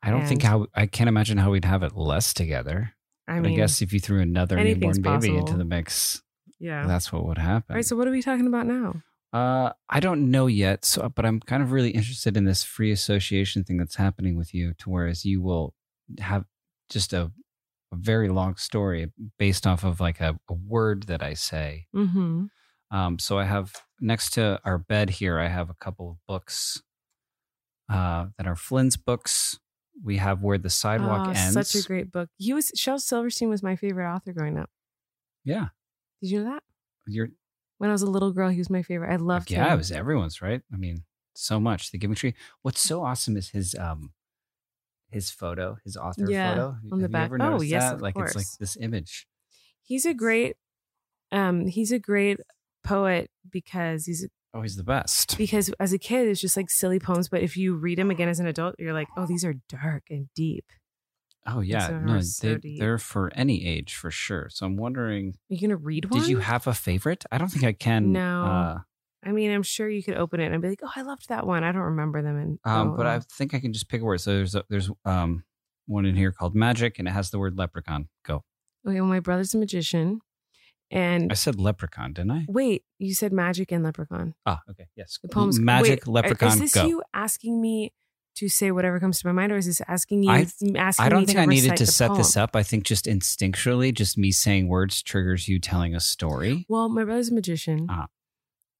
C: I don't think
B: And-
C: how I can't imagine how we'd have it less together.
B: I
C: But
B: mean,
C: I guess if you threw another
B: anything's
C: newborn baby into
B: possible.
C: the mix,
B: yeah.
C: that's what would
B: All
C: happen.
B: right. So what are we talking about now?
C: uh, I don't know yet, so but I'm kind of really interested in this free association thing that's happening with you, to whereas you will have just a, a very long story based off of like a, a word that I say,
B: Mm-hmm.
C: Um, so I have next to our bed here, I have a couple of books uh, that are Flynn's books. We have Where the Sidewalk
B: Oh,
C: Ends.
B: Such a great book. He was Shel Silverstein was my favorite author growing up.
C: yeah.
B: Did you know that?
C: You're,
B: When I was a little girl, he was my favorite. I loved him.
C: yeah, it was everyone's, right? I mean, so much. The Giving Tree. What's so awesome is his um his photo, his author
B: Yeah,
C: photo.
B: on the
C: Have you
B: back.
C: ever
B: Oh,
C: noticed
B: yes,
C: that?
B: of
C: like it's like
B: course.
C: this image.
B: He's a great um he's a great poet because he's
C: Oh, he's the best.
B: because as a kid it's just like silly poems, but if you read them again as an adult, you're like, "Oh, these are dark and deep."
C: Oh yeah,
B: so
C: no,
B: hard, so
C: they,
B: deep.
C: they're for any age for sure. So I'm wondering,
B: Are you going to read one?
C: did you have a favorite? I don't think I can.
B: No.
C: uh,
B: I mean, I'm sure you could open it and be like, "Oh, I loved that one. I don't remember them." And
C: um,
B: oh,
C: but I think I can just pick a word. So there's a, there's um one in here called magic, and it has the word leprechaun. Go.
B: okay, well, my brother's a magician, and
C: I said leprechaun, didn't I?
B: wait, you said magic and leprechaun.
C: Ah, okay, yes.
B: The poem's
C: magic
B: wait, uh,
C: leprechaun.
B: Is this
C: go.
B: you asking me to say whatever comes to my mind, or is this asking you?
C: I-
B: asking
C: I
B: me
C: don't think
B: to
C: I needed
B: recite
C: to
B: the
C: set this
B: poem?
C: up. I think just instinctually, just me saying words triggers you telling a story.
B: Well, my brother's a magician,
C: Ah.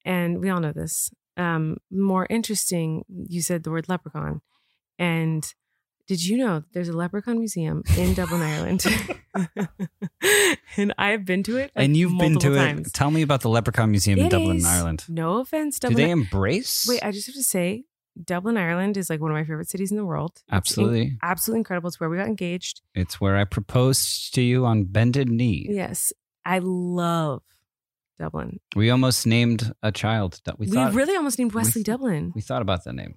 B: and we all know this. Um, more interesting, you said the word leprechaun, and did you know there's a leprechaun museum in Dublin, Ireland? and I've been to it, like,
C: and you've been
B: multiple
C: to
B: times.
C: it. Tell me about the Leprechaun Museum in
B: It
C: Dublin,
B: is-
C: Ireland.
B: No offense,
C: Do
B: Dublin.
C: they embrace?
B: Wait, I just have to say, Dublin, Ireland is like one of my favorite cities in the world. It's in-
C: Absolutely.
B: absolutely incredible. It's where we got engaged.
C: It's where I proposed to you on bended knee.
B: Yes, I love Dublin.
C: We almost named a child. that We
B: We,
C: thought
B: really almost named
C: we
B: Wesley
C: th-
B: Dublin.
C: we thought about that name.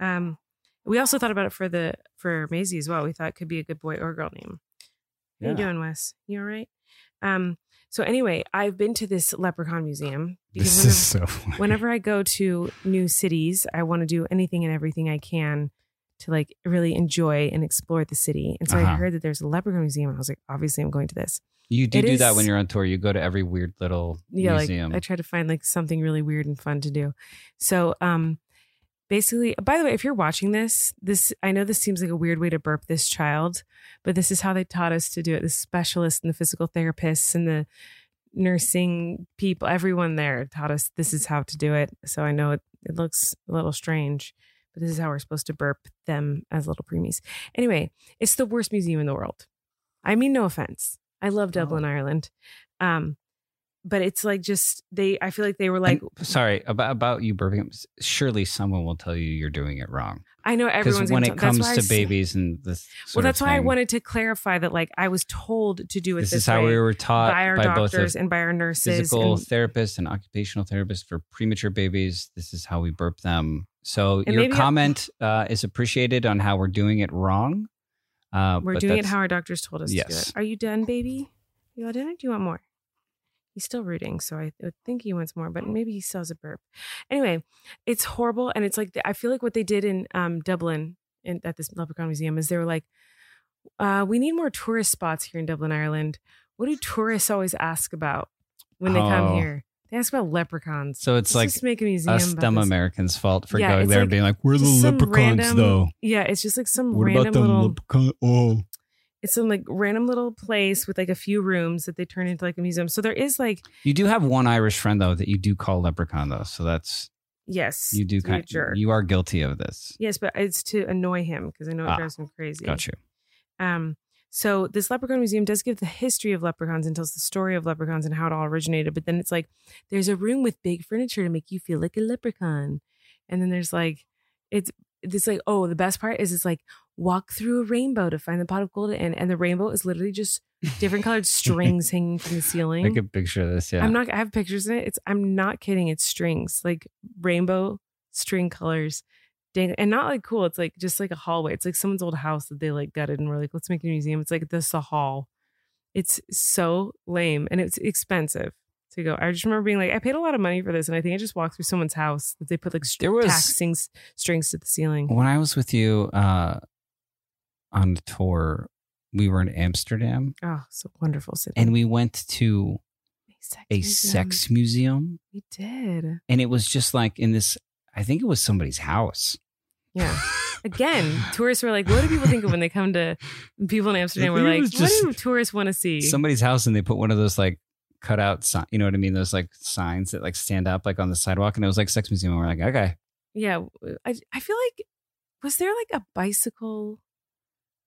B: Um, we also thought about it for the for Maisie as well. We thought it could be a good boy or girl name. How you
C: Yeah.
B: doing, Wes? You all right? Um, so anyway, I've been to this Leprechaun Museum because
C: This
B: whenever,
C: is so funny.
B: whenever I go to new cities, I want to do anything and everything I can to like really enjoy and explore the city. And so I
C: Uh-huh.
B: heard that there's a Leprechaun Museum, and I was like, obviously, I'm going to this.
C: you do
B: it
C: do that
B: is-
C: when you're on tour. You go to every weird little
B: yeah
C: museum.
B: like i try to find like something really weird and fun to do so um basically by the way if you're watching this this i know this seems like a weird way to burp this child but this is how they taught us to do it the specialists and the physical therapists and the nursing people everyone there taught us this is how to do it so i know it, it looks a little strange but this is how we're supposed to burp them as little preemies anyway it's the worst museum in the world i mean no offense i love dublin ireland um but it's like just they i feel like they were like
C: And- sorry about about you burping. Surely someone will tell you you're doing it wrong.
B: i know
C: Because
B: everyone's
C: when
B: gonna
C: it
B: tell- that's
C: comes
B: why I
C: to
B: s-
C: babies and this,
B: well
C: sort of
B: that's why i
C: thing,
B: wanted to clarify that like i was told to do it
C: This
B: this,
C: is how
B: way
C: we were taught
B: by our
C: by both a
B: doctors and by our nurses
C: physical
B: and,
C: therapist and occupational therapist for premature babies. This is how we burp them. So
B: And
C: your
B: maybe-
C: comment uh, is appreciated on how we're doing it wrong. Uh,
B: We're
C: but
B: doing it
C: that's-
B: how our doctors told us to do
C: Yes.
B: it. Are you done, baby? You all done or do you want more? He's still rooting, so I would think he wants more, but maybe he still has a burp. Anyway, it's horrible, and it's like I feel like what they did in um, Dublin in, at this Leprechaun Museum is they were like, uh, "We need more tourist spots here in Dublin, Ireland. What do tourists always ask about when they
C: Oh.
B: come here? They ask about leprechauns.
C: So it's
B: Let's
C: like
B: just make a museum
C: us
B: about
C: dumb
B: this.
C: Americans' fault for
B: Yeah,
C: going
B: it's
C: there and
B: like
C: being like, "We're the
B: Just some
C: leprechauns,
B: random-
C: though."
B: Yeah, it's just like some
C: What
B: random
C: about them
B: little
C: leprechaun? Oh,
B: it's some like random little place with like a few rooms that they turn into like a museum. So there is like
C: you do have one Irish friend though that you do call leprechaun though. So that's
B: yes,
C: you do
B: to be a
C: kind.
B: jerk.
C: You are guilty of this.
B: yes, but it's to annoy him because I know it
C: Ah,
B: drives him crazy.
C: Got you.
B: Um, so this leprechaun museum does give the history of leprechauns and tells the story of leprechauns and how it all originated. But then it's like there's a room with big furniture to make you feel like a leprechaun, and then there's like it's it's like oh the best part is it's like walk through a rainbow to find the pot of gold and and the rainbow is literally just different colored strings hanging from the ceiling.
C: I could picture this. Yeah.
B: I'm not. I have pictures in it. It's. I'm not kidding. It's strings, like rainbow string colors, dang, and not like cool. It's like just like a hallway. It's like someone's old house that they like gutted and were like, let's make a museum. It's like this is a hall. It's so lame and it's expensive to go. I just remember being like, I paid a lot of money for this, and I think I just walked through someone's house that they put like
C: There
B: str-
C: was-
B: taxing s- strings to the ceiling.
C: when I was with you uh, on the tour, we were in Amsterdam
B: Oh, so wonderful city.
C: and we went to
B: A sex
C: a
B: museum.
C: sex museum,
B: We did.
C: and it was just like in this. I think it was somebody's house.
B: Yeah. Again, tourists were like, what do people think of when they come to people in Amsterdam?
C: I
B: We're
C: think it
B: like,
C: was just-
B: what do tourists want to see?
C: Somebody's house, and they put one of those like cutout sign. You know what I mean? Those like signs that like stand up like on the sidewalk, and it was like sex museum. And we're like, okay,
B: yeah I, I feel like was there like a bicycle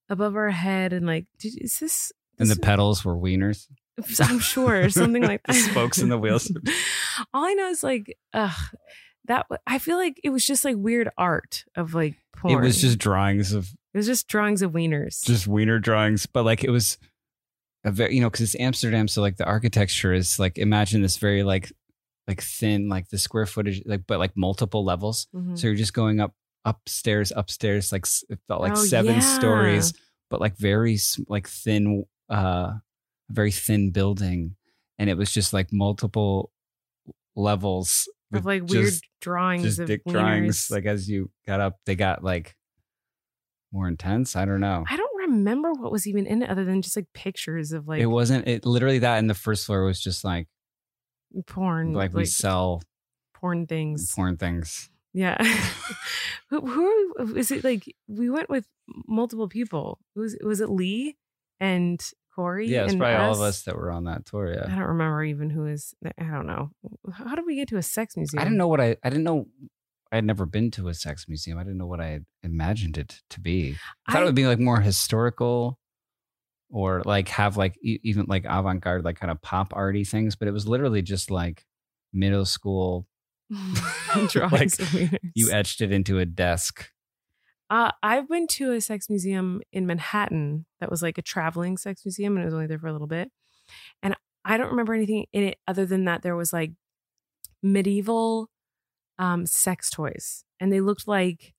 B: above our head and like did, is this,
C: and the
B: this-
C: pedals were wieners.
B: i'm sure something like
C: The spokes and the wheels.
B: all i know is like ugh that w- i feel like it was just like weird art of like porn
C: It was just drawings of
B: it was just drawings of wieners
C: just wiener drawings, but like it was a very you know because it's Amsterdam, so like the architecture is like imagine this very like like thin like the square footage like but like multiple levels.
B: Mhm.
C: So you're just going up upstairs, upstairs, like s- it felt like
B: Oh,
C: seven
B: yeah.
C: stories, but like very s- like thin, uh, very thin building, and it was just like multiple levels
B: of
C: with
B: like weird
C: just,
B: drawings
C: just
B: of
C: dick
B: wieners.
C: drawings. Like as you got up, they got like more intense. I don't know.
B: i don't remember what was even in it other than just like pictures of like
C: it wasn't. It literally that, and the first floor was just like
B: porn
C: like
B: like,
C: we sell
B: porn things
C: porn things.
B: Yeah. who, who are we- is it like we went with multiple people? Was was it Lee and Corey?
C: Yeah, it's
B: and
C: probably all of us that were on that tour. Yeah.
B: I don't remember even who is I don't know. How did we get to a sex museum?
C: I didn't know what I I didn't know I had never been to a sex museum. I didn't know what I had imagined it to be. I thought
B: I-
C: it would be like more historical or like have like e- even like avant-garde like kind of pop arty things, but it was literally just like middle school
B: Drawings
C: Like,
B: of wieners.
C: you etched it into a desk.
B: Uh, I've been to a sex museum in Manhattan that was like a traveling sex museum, and it was only there for a little bit. And I don't remember anything in it other than that there was like medieval um, sex toys, and they looked like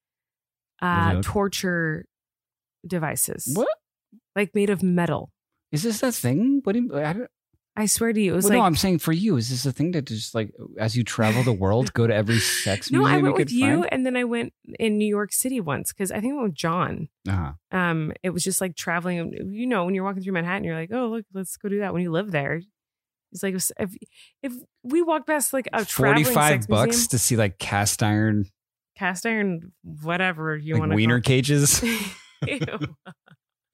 C: What do they
B: uh,
C: look-
B: torture devices,
C: What?
B: like made of metal.
C: Is this a thing? What do you, I don't,
B: I swear to you, it was
C: well, no,
B: like
C: I'm saying for you, is this a thing to just like as you travel the world, go to every sex
B: no.
C: museum
B: I went
C: you
B: with
C: could
B: you,
C: find?
B: and then I went in New York City once because I think I went with John.
C: Uh-huh.
B: um it was just like traveling you know when you're walking through manhattan you're like oh look let's go do that when you live there it's like if if, if we walk past like a traveling sex
C: 45 bucks
B: museum,
C: to see like cast iron
B: cast iron whatever you
C: like
B: want to
C: wiener cages.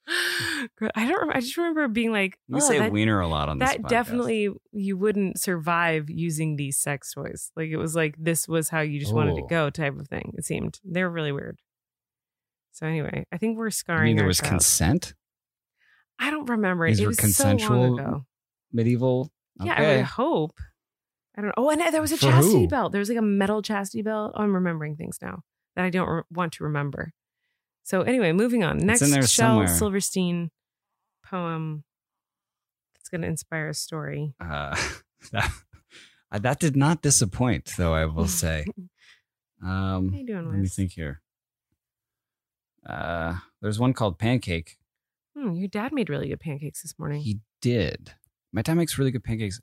B: I don't. rem- I just remember being like,
C: We
B: oh,
C: say
B: that,
C: wiener a lot on this.
B: that
C: podcast.
B: definitely you wouldn't survive using these sex toys. Like it was like this was how you just wanted to
C: Ooh.
B: go type of thing. It seemed they're really weird. So anyway, I think we're
C: I
B: scarring.
C: mean, there
B: our
C: was
B: child.
C: consent.
B: I don't remember it.
C: These
B: It
C: were
B: was so
C: consensual-
B: long ago.
C: Medieval.
B: Yeah, I would hope. I don't know. Oh, and there was a
C: For
B: chastity
C: who?
B: belt. There was like a metal chastity belt. Oh, I'm remembering things now that I don't re- want to remember. So anyway, moving on. Next,
C: in there
B: Shel
C: somewhere.
B: Silverstein poem that's going to inspire a story.
C: Uh, that, uh, that did not disappoint, though I will say. Um,
B: How you doing,
C: let me
B: Wes?
C: think here. Uh, there's one called Pancake.
B: Hmm, your dad made really good pancakes this morning.
C: He did. My dad makes really good pancakes.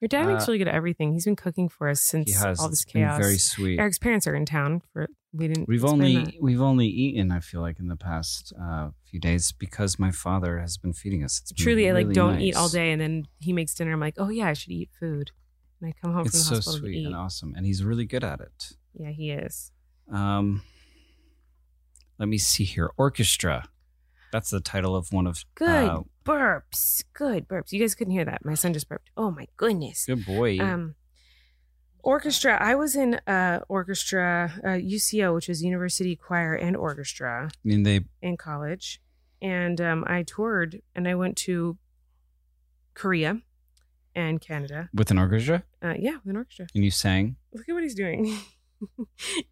B: your dad
C: uh,
B: makes really good at everything. He's been cooking for us since
C: He has
B: all this
C: It's been
B: chaos.
C: very sweet.
B: Eric's parents are in town for we didn't.
C: We've
B: explain
C: only
B: that.
C: we've only eaten, I feel like, in the past uh, few days because my father has been feeding us. It's been
B: truly I like
C: really
B: don't eat all
C: nice.
B: day and then he makes dinner. I'm like, oh yeah, I should eat food. And I come home
C: It's
B: from
C: so
B: the hospital to
C: sweet
B: eat.
C: and awesome, and he's really good at it.
B: yeah, he is.
C: Um, let me see here. Orchestra. That's the title of one of.
B: Good
C: uh,
B: burps. Good burps. You guys couldn't hear that. My son just burped. Oh my goodness.
C: good boy.
B: Um Orchestra. I was in uh orchestra, uh UCO, which is University Choir and Orchestra
C: I mean, they.
B: in college. And um I toured and I went to Korea and Canada.
C: With an orchestra,
B: Uh yeah, with an orchestra.
C: and you sang.
B: look at what he's doing.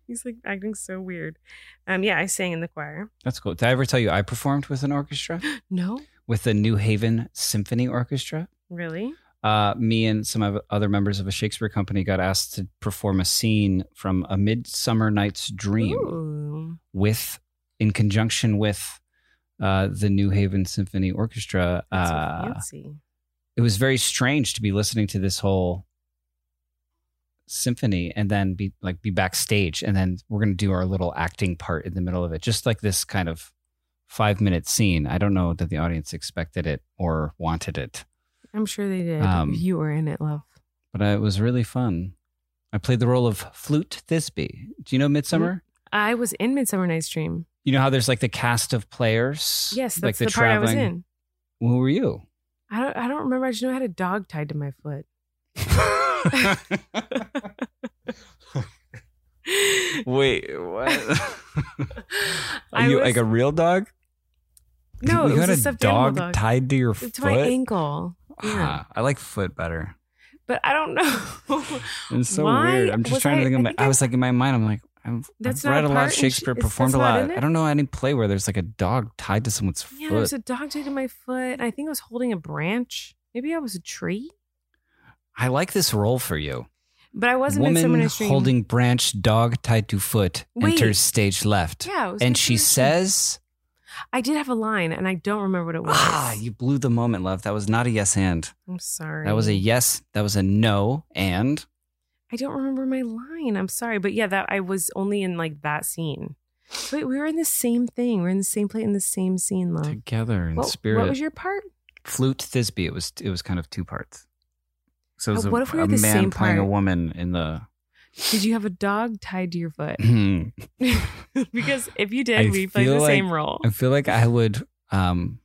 B: he's like acting so weird. Um, yeah, I sang in the choir.
C: That's cool. Did I ever tell you I performed with an orchestra?
B: No,
C: With the New Haven Symphony Orchestra.
B: really?
C: Uh, me and some of other members of a Shakespeare company got asked to perform a scene from A Midsummer Night's Dream
B: Ooh.
C: with, in conjunction with, uh, the New Haven Symphony Orchestra.
B: That's so
C: uh,
B: fancy.
C: it was very strange to be listening to this whole symphony and then be like be backstage and then we're going to do our little acting part in the middle of it just like this kind of 5 minute scene i don't know that the audience expected it or wanted it
B: I'm sure they did.
C: Um,
B: you were in it, love.
C: but uh, it was really fun i played the role of flute thisbe do you know midsummer
B: I was in Midsummer Night's Dream.
C: you know how there's like the cast of players
B: Yes, that's
C: like
B: the, part I was in.
C: who were you
B: I don't. I don't remember. I just know I had a dog tied to my foot.
C: Wait, what? Are
B: I
C: you
B: was-
C: like a real dog?
B: no,
C: you
B: it was
C: had
B: a
C: a
B: stuffed
C: dog,
B: animal dog
C: tied to your
B: to
C: foot.
B: my ankle. Yeah.
C: Ah, I like foot better.
B: But I don't know.
C: It's so
B: Why
C: weird. I'm just
B: was
C: trying to
B: I-
C: think. Of
B: I
C: my,
B: think
C: I
B: I-
C: was like in my mind. I'm like, I'm,
B: That's
C: I've
B: not
C: read
B: a
C: a
B: part
C: lot.
B: in
C: of
B: sh-
C: Shakespeare
B: it's-
C: performed a
B: that's not
C: lot.
B: in it?
C: I don't know any play where there's like a dog tied to someone's
B: yeah, there
C: foot.
B: was a dog tied to my foot. I think I was holding a branch. Maybe I was a tree,
C: I like this role for you.
B: but I wasn't in someone
C: Woman
B: extreme.
C: holding branch, dog tied to foot,
B: Wait.
C: enters stage left,
B: Yeah, it was
C: and
B: Midsummer
C: she
B: Night's Dream.
C: says.
B: I did have a line, and I don't remember what it was.
C: Ah, you blew the moment, love. That was not a yes and.
B: I'm sorry.
C: That was a yes. That was a no and.
B: I don't remember my line. I'm sorry, but yeah, that I was only in like that scene. So wait, we were in the same thing. We're in the same play in the same scene, love.
C: Together in
B: What,
C: spirit.
B: what was your part?
C: Flute Thisbe. It was it was kind of two parts. So it was
B: Uh,
C: a,
B: what if we were
C: a
B: the
C: man
B: same
C: playing a
B: part?
C: woman in the. hmm,
B: Did you have a dog tied to your foot? because if you did,
C: I
B: we played
C: feel
B: the
C: like-
B: same role.
C: I feel like I would um,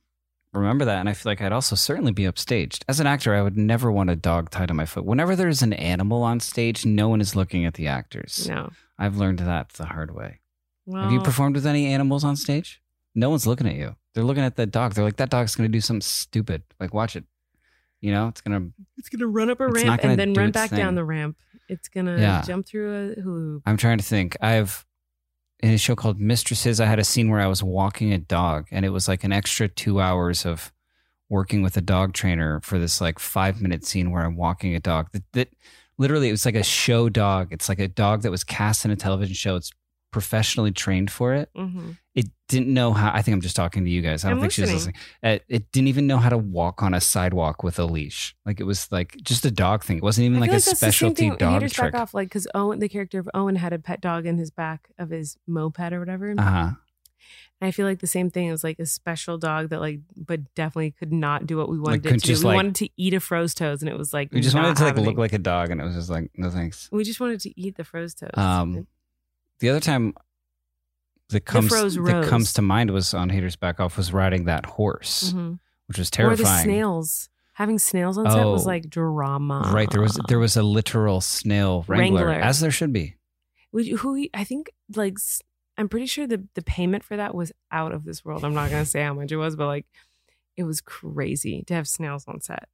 C: remember that, and I feel like I'd also certainly be upstaged. As an actor, I would never want a dog tied to my foot. Whenever there's an animal on stage, no one is looking at the actors.
B: No.
C: I've learned that the hard way.
B: Well,
C: Have you performed with any animals on stage? No one's looking at you. They're looking at that dog. They're like, that dog's going to do something stupid. Like, watch it. You know, it's going to.
B: It's gonna run up a
C: It's not
B: ramp
C: gonna
B: and then
C: do
B: run
C: its
B: back
C: thing.
B: down the ramp. It's gonna
C: Yeah.
B: jump through a hula hoop.
C: I'm trying to think. I've. In a show called Mistresses, I had a scene where I was walking a dog and it was like an extra two hours of working with a dog trainer for this like five minute scene where I'm walking a dog. That, that literally, it was like a show dog. It's like a dog that was cast in a television show. It's professionally trained for it.
B: hmm
C: it didn't know how. I think I'm just talking to you guys. I don't
B: I'm
C: think she was
B: listening.
C: listening. Uh, it didn't even know how to walk on a sidewalk with a leash. Like it was like just a dog thing. It wasn't even like a specialty dog
B: Haters
C: trick.
B: back off, like because Owen, the character of Owen, had a pet dog in his back of his moped or whatever.
C: Uh huh.
B: I feel like the same thing. It was like a special dog that like, but definitely could not do what we wanted
C: Like, couldn't
B: it to
C: just,
B: do. We
C: like-
B: wanted to eat a froze toes, and it was like
C: We just
B: not
C: wanted to like
B: happening.
C: look like a dog, and it was just like no thanks.
B: we just wanted to eat the froze toes.
C: Um, the other time that comes
B: froze
C: that
B: rose.
C: comes to mind was on Haters Back Off was riding that horse,
B: Mhm.
C: which was
B: or the
C: terrifying.
B: snails having snails on set was
C: Oh.
B: like drama.
C: Right there was there was a literal snail wrangler,
B: Wrangler.
C: as there should be.
B: Would you- who I think like s- I'm pretty sure the the payment for that was out of this world. I'm not gonna say how much it was, but like it was crazy to have snails on set.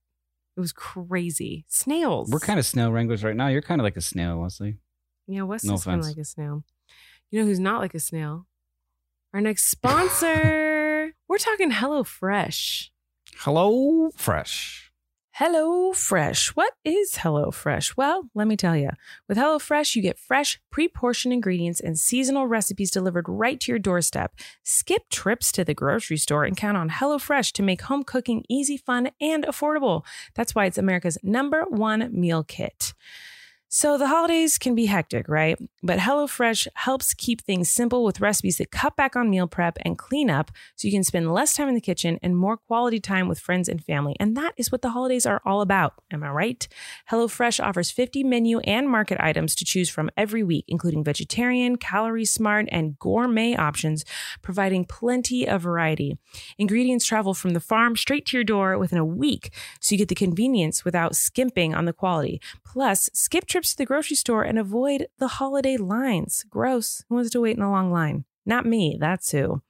B: It was crazy. Snails.
C: We're kind of snail wranglers right now. You're kind of like a snail, Leslie.
B: Yeah, Wes
C: No
B: is kind of
C: offense.
B: like a snail. You know who's not like a snail? Our next sponsor. We're talking HelloFresh.
C: Hello, fresh.
B: HelloFresh. What is HelloFresh? Well, let me tell you. With HelloFresh, you get fresh, pre portioned ingredients and seasonal recipes delivered right to your doorstep. Skip trips to the grocery store and count on HelloFresh to make home cooking easy, fun, and affordable. That's why it's America's number one meal kit. So the holidays can be hectic, right? But HelloFresh helps keep things simple with recipes that cut back on meal prep and clean up so you can spend less time in the kitchen and more quality time with friends and family. And that is what the holidays are all about. Am I right? HelloFresh offers 50 menu and market items to choose from every week, including vegetarian, calorie smart, and gourmet options, providing plenty of variety. Ingredients travel from the farm straight to your door within a week, so you get the convenience without skimping on the quality. Plus, skip trips to the grocery store and avoid the holiday lines. Gross. Who wants to wait in a long line? Not me, that's who.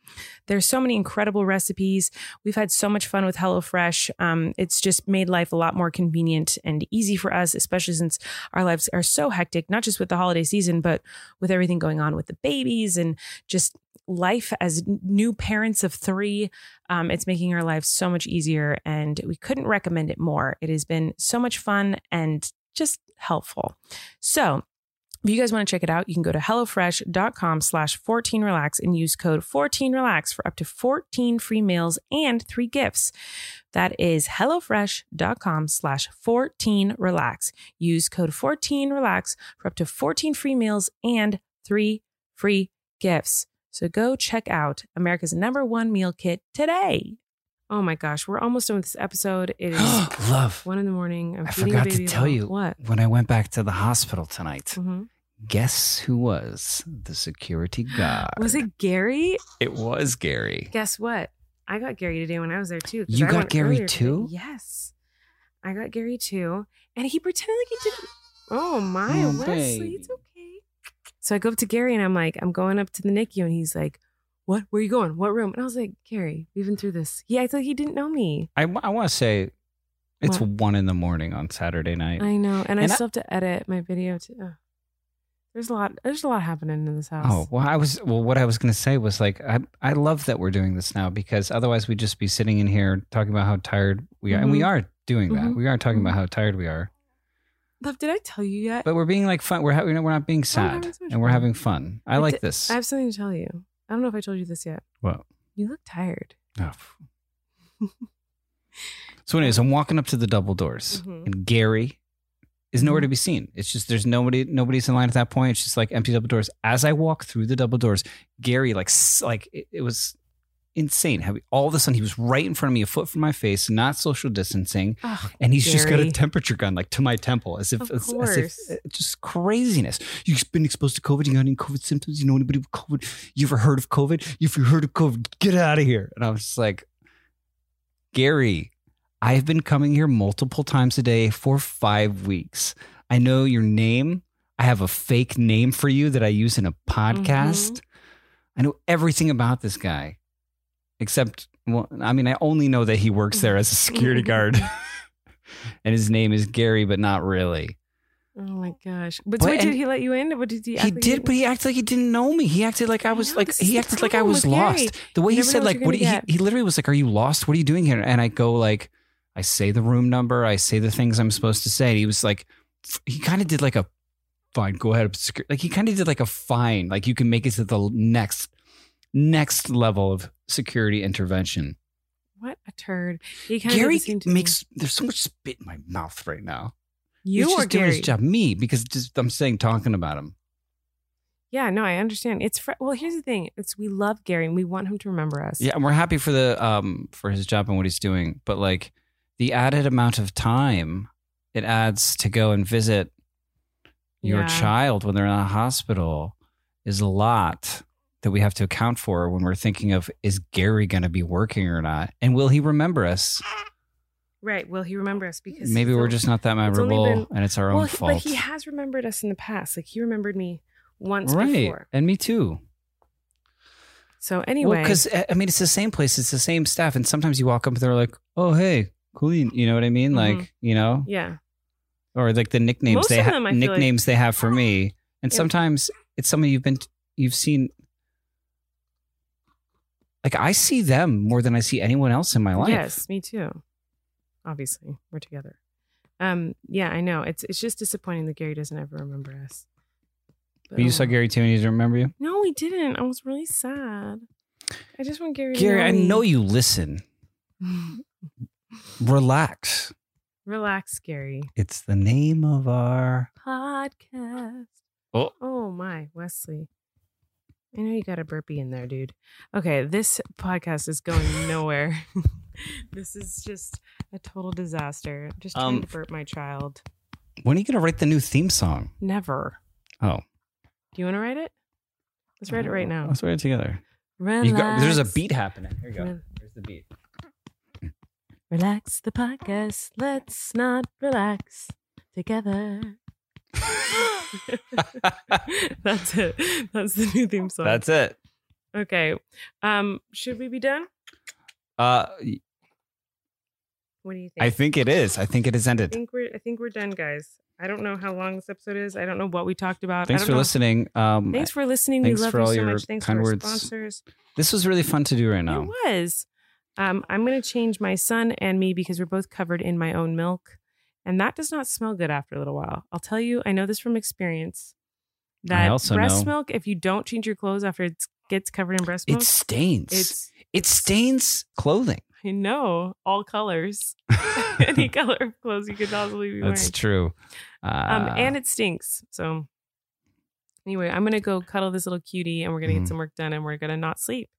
B: There's so many incredible recipes. We've had so much fun with HelloFresh. Um, it's just made life a lot more convenient and easy for us, especially since our lives are so hectic, not just with the holiday season, but with everything going on with the babies and just life as n- new parents of three. Um, it's making our lives so much easier, and we couldn't recommend it more. It has been so much fun and just helpful. So, if you guys want to check it out, you can go to HelloFresh.com slash 14relax and use code 14relax for up to 14 free meals and three gifts. That is HelloFresh.com slash 14relax. Use code 14relax for up to 14 free meals and three free gifts. So go check out America's number one meal kit today. Oh my gosh, we're almost done with this episode. It is
C: Love.
B: one in the morning. I'm
C: I
B: feeding
C: forgot
B: the
C: to
B: baby
C: tell
B: bottle.
C: you.
B: What?
C: When I went back to the hospital tonight,
B: Mhm.
C: guess who was the security guard?
B: Was it Gary?
C: It was Gary.
B: Guess what? I got Gary today when I was there too. 'cause
C: You
B: I
C: got
B: went
C: Gary
B: earlier today.
C: too?
B: Yes, I got Gary too, and he pretended like he didn't. Oh my,
C: Oh,
B: Wesley,
C: baby.
B: it's okay. So I go up to Gary and I'm like, I'm going up to the NICU, and he's like, "What? Where you going? What room?" And I was like, "Gary, we've been through this." He acted like he didn't know me.
C: I, want to say it's
B: What?
C: one in the morning on Saturday night.
B: I know, and, I
C: And I-
B: still have to edit my video too. Ugh. There's a lot. There's a lot happening in this house.
C: Oh well, I was well. What I was going to say was like, I I love that we're doing this now because otherwise we'd just be sitting in here talking about how tired we are, and we
B: Mhm.
C: are doing that.
B: Mhm.
C: We are talking about how tired we are,
B: Love, did I tell you yet?
C: but we're being like fun. We're ha- you know, we're not being sad,
B: Oh, having so much
C: and we're
B: fun.
C: having fun. I
B: I
C: like
B: did-
C: this.
B: I have something to tell you. I don't know if I told you this yet.
C: What?
B: You look tired.
C: Oh, f- so, anyways, I'm walking up to the double doors,
B: Mhm.
C: and Gary is nowhere to be seen. It's just there's nobody, nobody's in line at that point. It's just like empty double doors. As I walk through the double doors, Gary like s- like it, it was insane. How he- all of a sudden he was right in front of me, a foot from my face, not social distancing,
B: Oh,
C: and he's just got a
B: Gary.
C: temperature gun like to my temple, as if
B: Of
C: as, as if
B: course.
C: uh, just craziness. You've been exposed to COVID. You got any COVID symptoms? You know anybody with COVID? You ever heard of COVID? If you heard of COVID, get out of here. And I was just like, Gary, I've been coming here multiple times a day for five weeks. I know your name. I have a fake name for you that I use in a
B: Mm-hmm.
C: podcast. I know everything about this guy, except, well, I mean, I only know that he works there as a security guard. and his name is Gary, but not really.
B: oh my gosh! But,
C: But-
B: wait, did
C: and-
B: he let you in? What did he?
C: He did, but he acted like he didn't know me. He acted like I
B: I
C: was
B: know,
C: like
B: this is
C: he
B: the
C: acted like I
B: problem
C: was
B: with
C: lost.
B: Gary.
C: The way
B: You
C: he
B: never
C: said
B: know what
C: like
B: you're
C: what he,
B: gonna get.
C: he literally was like, "Are you lost? What are you doing here?" And I go like, I say the room number, I say the things I'm supposed to say. And he was like, f- he kind of did like a fine. Go ahead, obscure. like he kind of did like a fine. Like you can make it to the next next level of security intervention.
B: what a turd! He kind
C: Gary
B: of did the same to me.
C: makes there's so much spit in my mouth right now.
B: you
C: He's
B: or
C: just doing his
B: Gary.
C: job. Me because just I'm saying talking about him.
B: Yeah, no, I understand. It's fr- well. Here's the thing: it's we love Gary and we want him to remember us.
C: Yeah, and we're happy for the um for his job and what he's doing, but like the added amount of time it adds to go and visit your
B: Yeah.
C: child when they're in a hospital is a lot that we have to account for when we're thinking of is Gary going to be working or not, and will he remember us?
B: right. Will he remember us? Because
C: Maybe
B: he's
C: we're
B: the-
C: just not that
B: it's only
C: memorable,
B: been-
C: and it's our own
B: well, he-
C: fault.
B: But he has remembered us in the past. Like he remembered me once
C: right,
B: before.
C: and me too.
B: So anyway,
C: because I mean, it's the same place, it's the same staff, and sometimes you walk up and they're like, "Oh, hey, Colleen," you know what I mean?
B: Mhm.
C: Like, you know,
B: yeah,
C: or like the nicknames
B: Most
C: they
B: of
C: ha-
B: them, I feel like-
C: nicknames they have for me. And
B: Yeah.
C: sometimes it's somebody you've been you've seen. Like I see them more than I see anyone else in my life.
B: Yes, me too. Obviously, we're together. Um, yeah, I know. It's it's just disappointing that Gary doesn't ever remember us. But,
C: But you
B: oh
C: saw
B: well.
C: Gary too, and he didn't remember you.
B: No, we didn't. I was really sad. I just want Gary.
C: Gary,
B: to
C: I know you listen.
B: you.
C: Relax.
B: Relax, Gary.
C: It's the name of our.
B: Podcast.
C: Oh.
B: oh my, Wesley. I know you got a burpee in there, dude. Okay, this podcast is going nowhere. this is just a total disaster. I'm just trying
C: Um,
B: to burp my child.
C: When are you going to write the new theme song?
B: Never.
C: Oh, Uh,
B: Do you want to write it? Let's write it right now.
C: Let's write it together.
B: Relax.
C: You got, there's a beat happening. Here you go.
B: Re-
C: There's the beat.
B: Relax the podcast. Let's not relax together. That's it. That's the new theme song.
C: That's it.
B: okay. Um, should we be done?
C: Uh,
B: What do you think?
C: I think it is. I think it has
B: I
C: ended.
B: think we're I think we're done, guys. I don't know how long this episode is. I don't know what we talked about. I
C: Thanks
B: don't
C: for
B: know.
C: listening. Um,
B: Thanks for listening.
C: Thanks
B: we love
C: for
B: you
C: all
B: so
C: your
B: much. Thanks
C: kind
B: for our
C: words.
B: sponsors.
C: This was really fun to do right now.
B: It was. Um, I'm gonna change my son and me because we're both covered in my own milk. And that does not smell good after a little while. I'll tell you, I know this from experience. That
C: also
B: breast
C: know-
B: milk, if you don't change your clothes after it gets covered in breast milk,
C: It stains.
B: it's
C: it stains clothing.
B: I know all colors, any color of clothes you could possibly be wearing.
C: That's true. Uh,
B: Um, and it stinks. So anyway, I'm gonna go cuddle this little cutie, and we're gonna
C: Mhm.
B: get some work done, and we're gonna not sleep.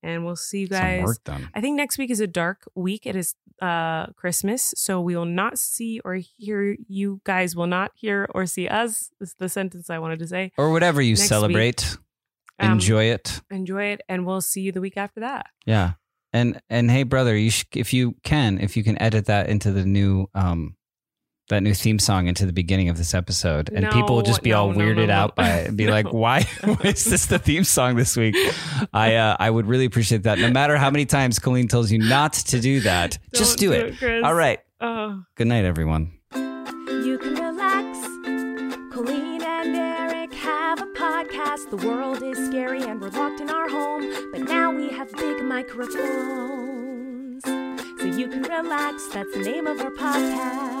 B: And we'll see you
C: some
B: guys.
C: work done.
B: I think next week is a dark week. It is uh, Christmas, so we will not see or hear. You guys will not hear or see us. Is the sentence I wanted to say.
C: Or whatever you
B: Next week.
C: celebrate,
B: Um,
C: enjoy it.
B: enjoy it, and we'll see you the week after that.
C: Yeah. And and hey, brother, you sh- if you can, if you can edit that into the new um that new theme song into the beginning of this episode, and people will just
B: No,
C: be all
B: no, no,
C: weirded
B: no.
C: out by it and be like,
B: No.
C: "Why is this the theme song this week?" I uh, I would really appreciate that. No matter how many times Colleen tells you not to do that, just do,
B: Don't
C: it.
B: Chris.
C: All right.
B: Oh,
C: Good night, everyone.
A: You can relax. Colleen and Eric have a podcast. The world is scary and we're locked in our home. But now we have big microphones. So you can relax. That's the name of our podcast.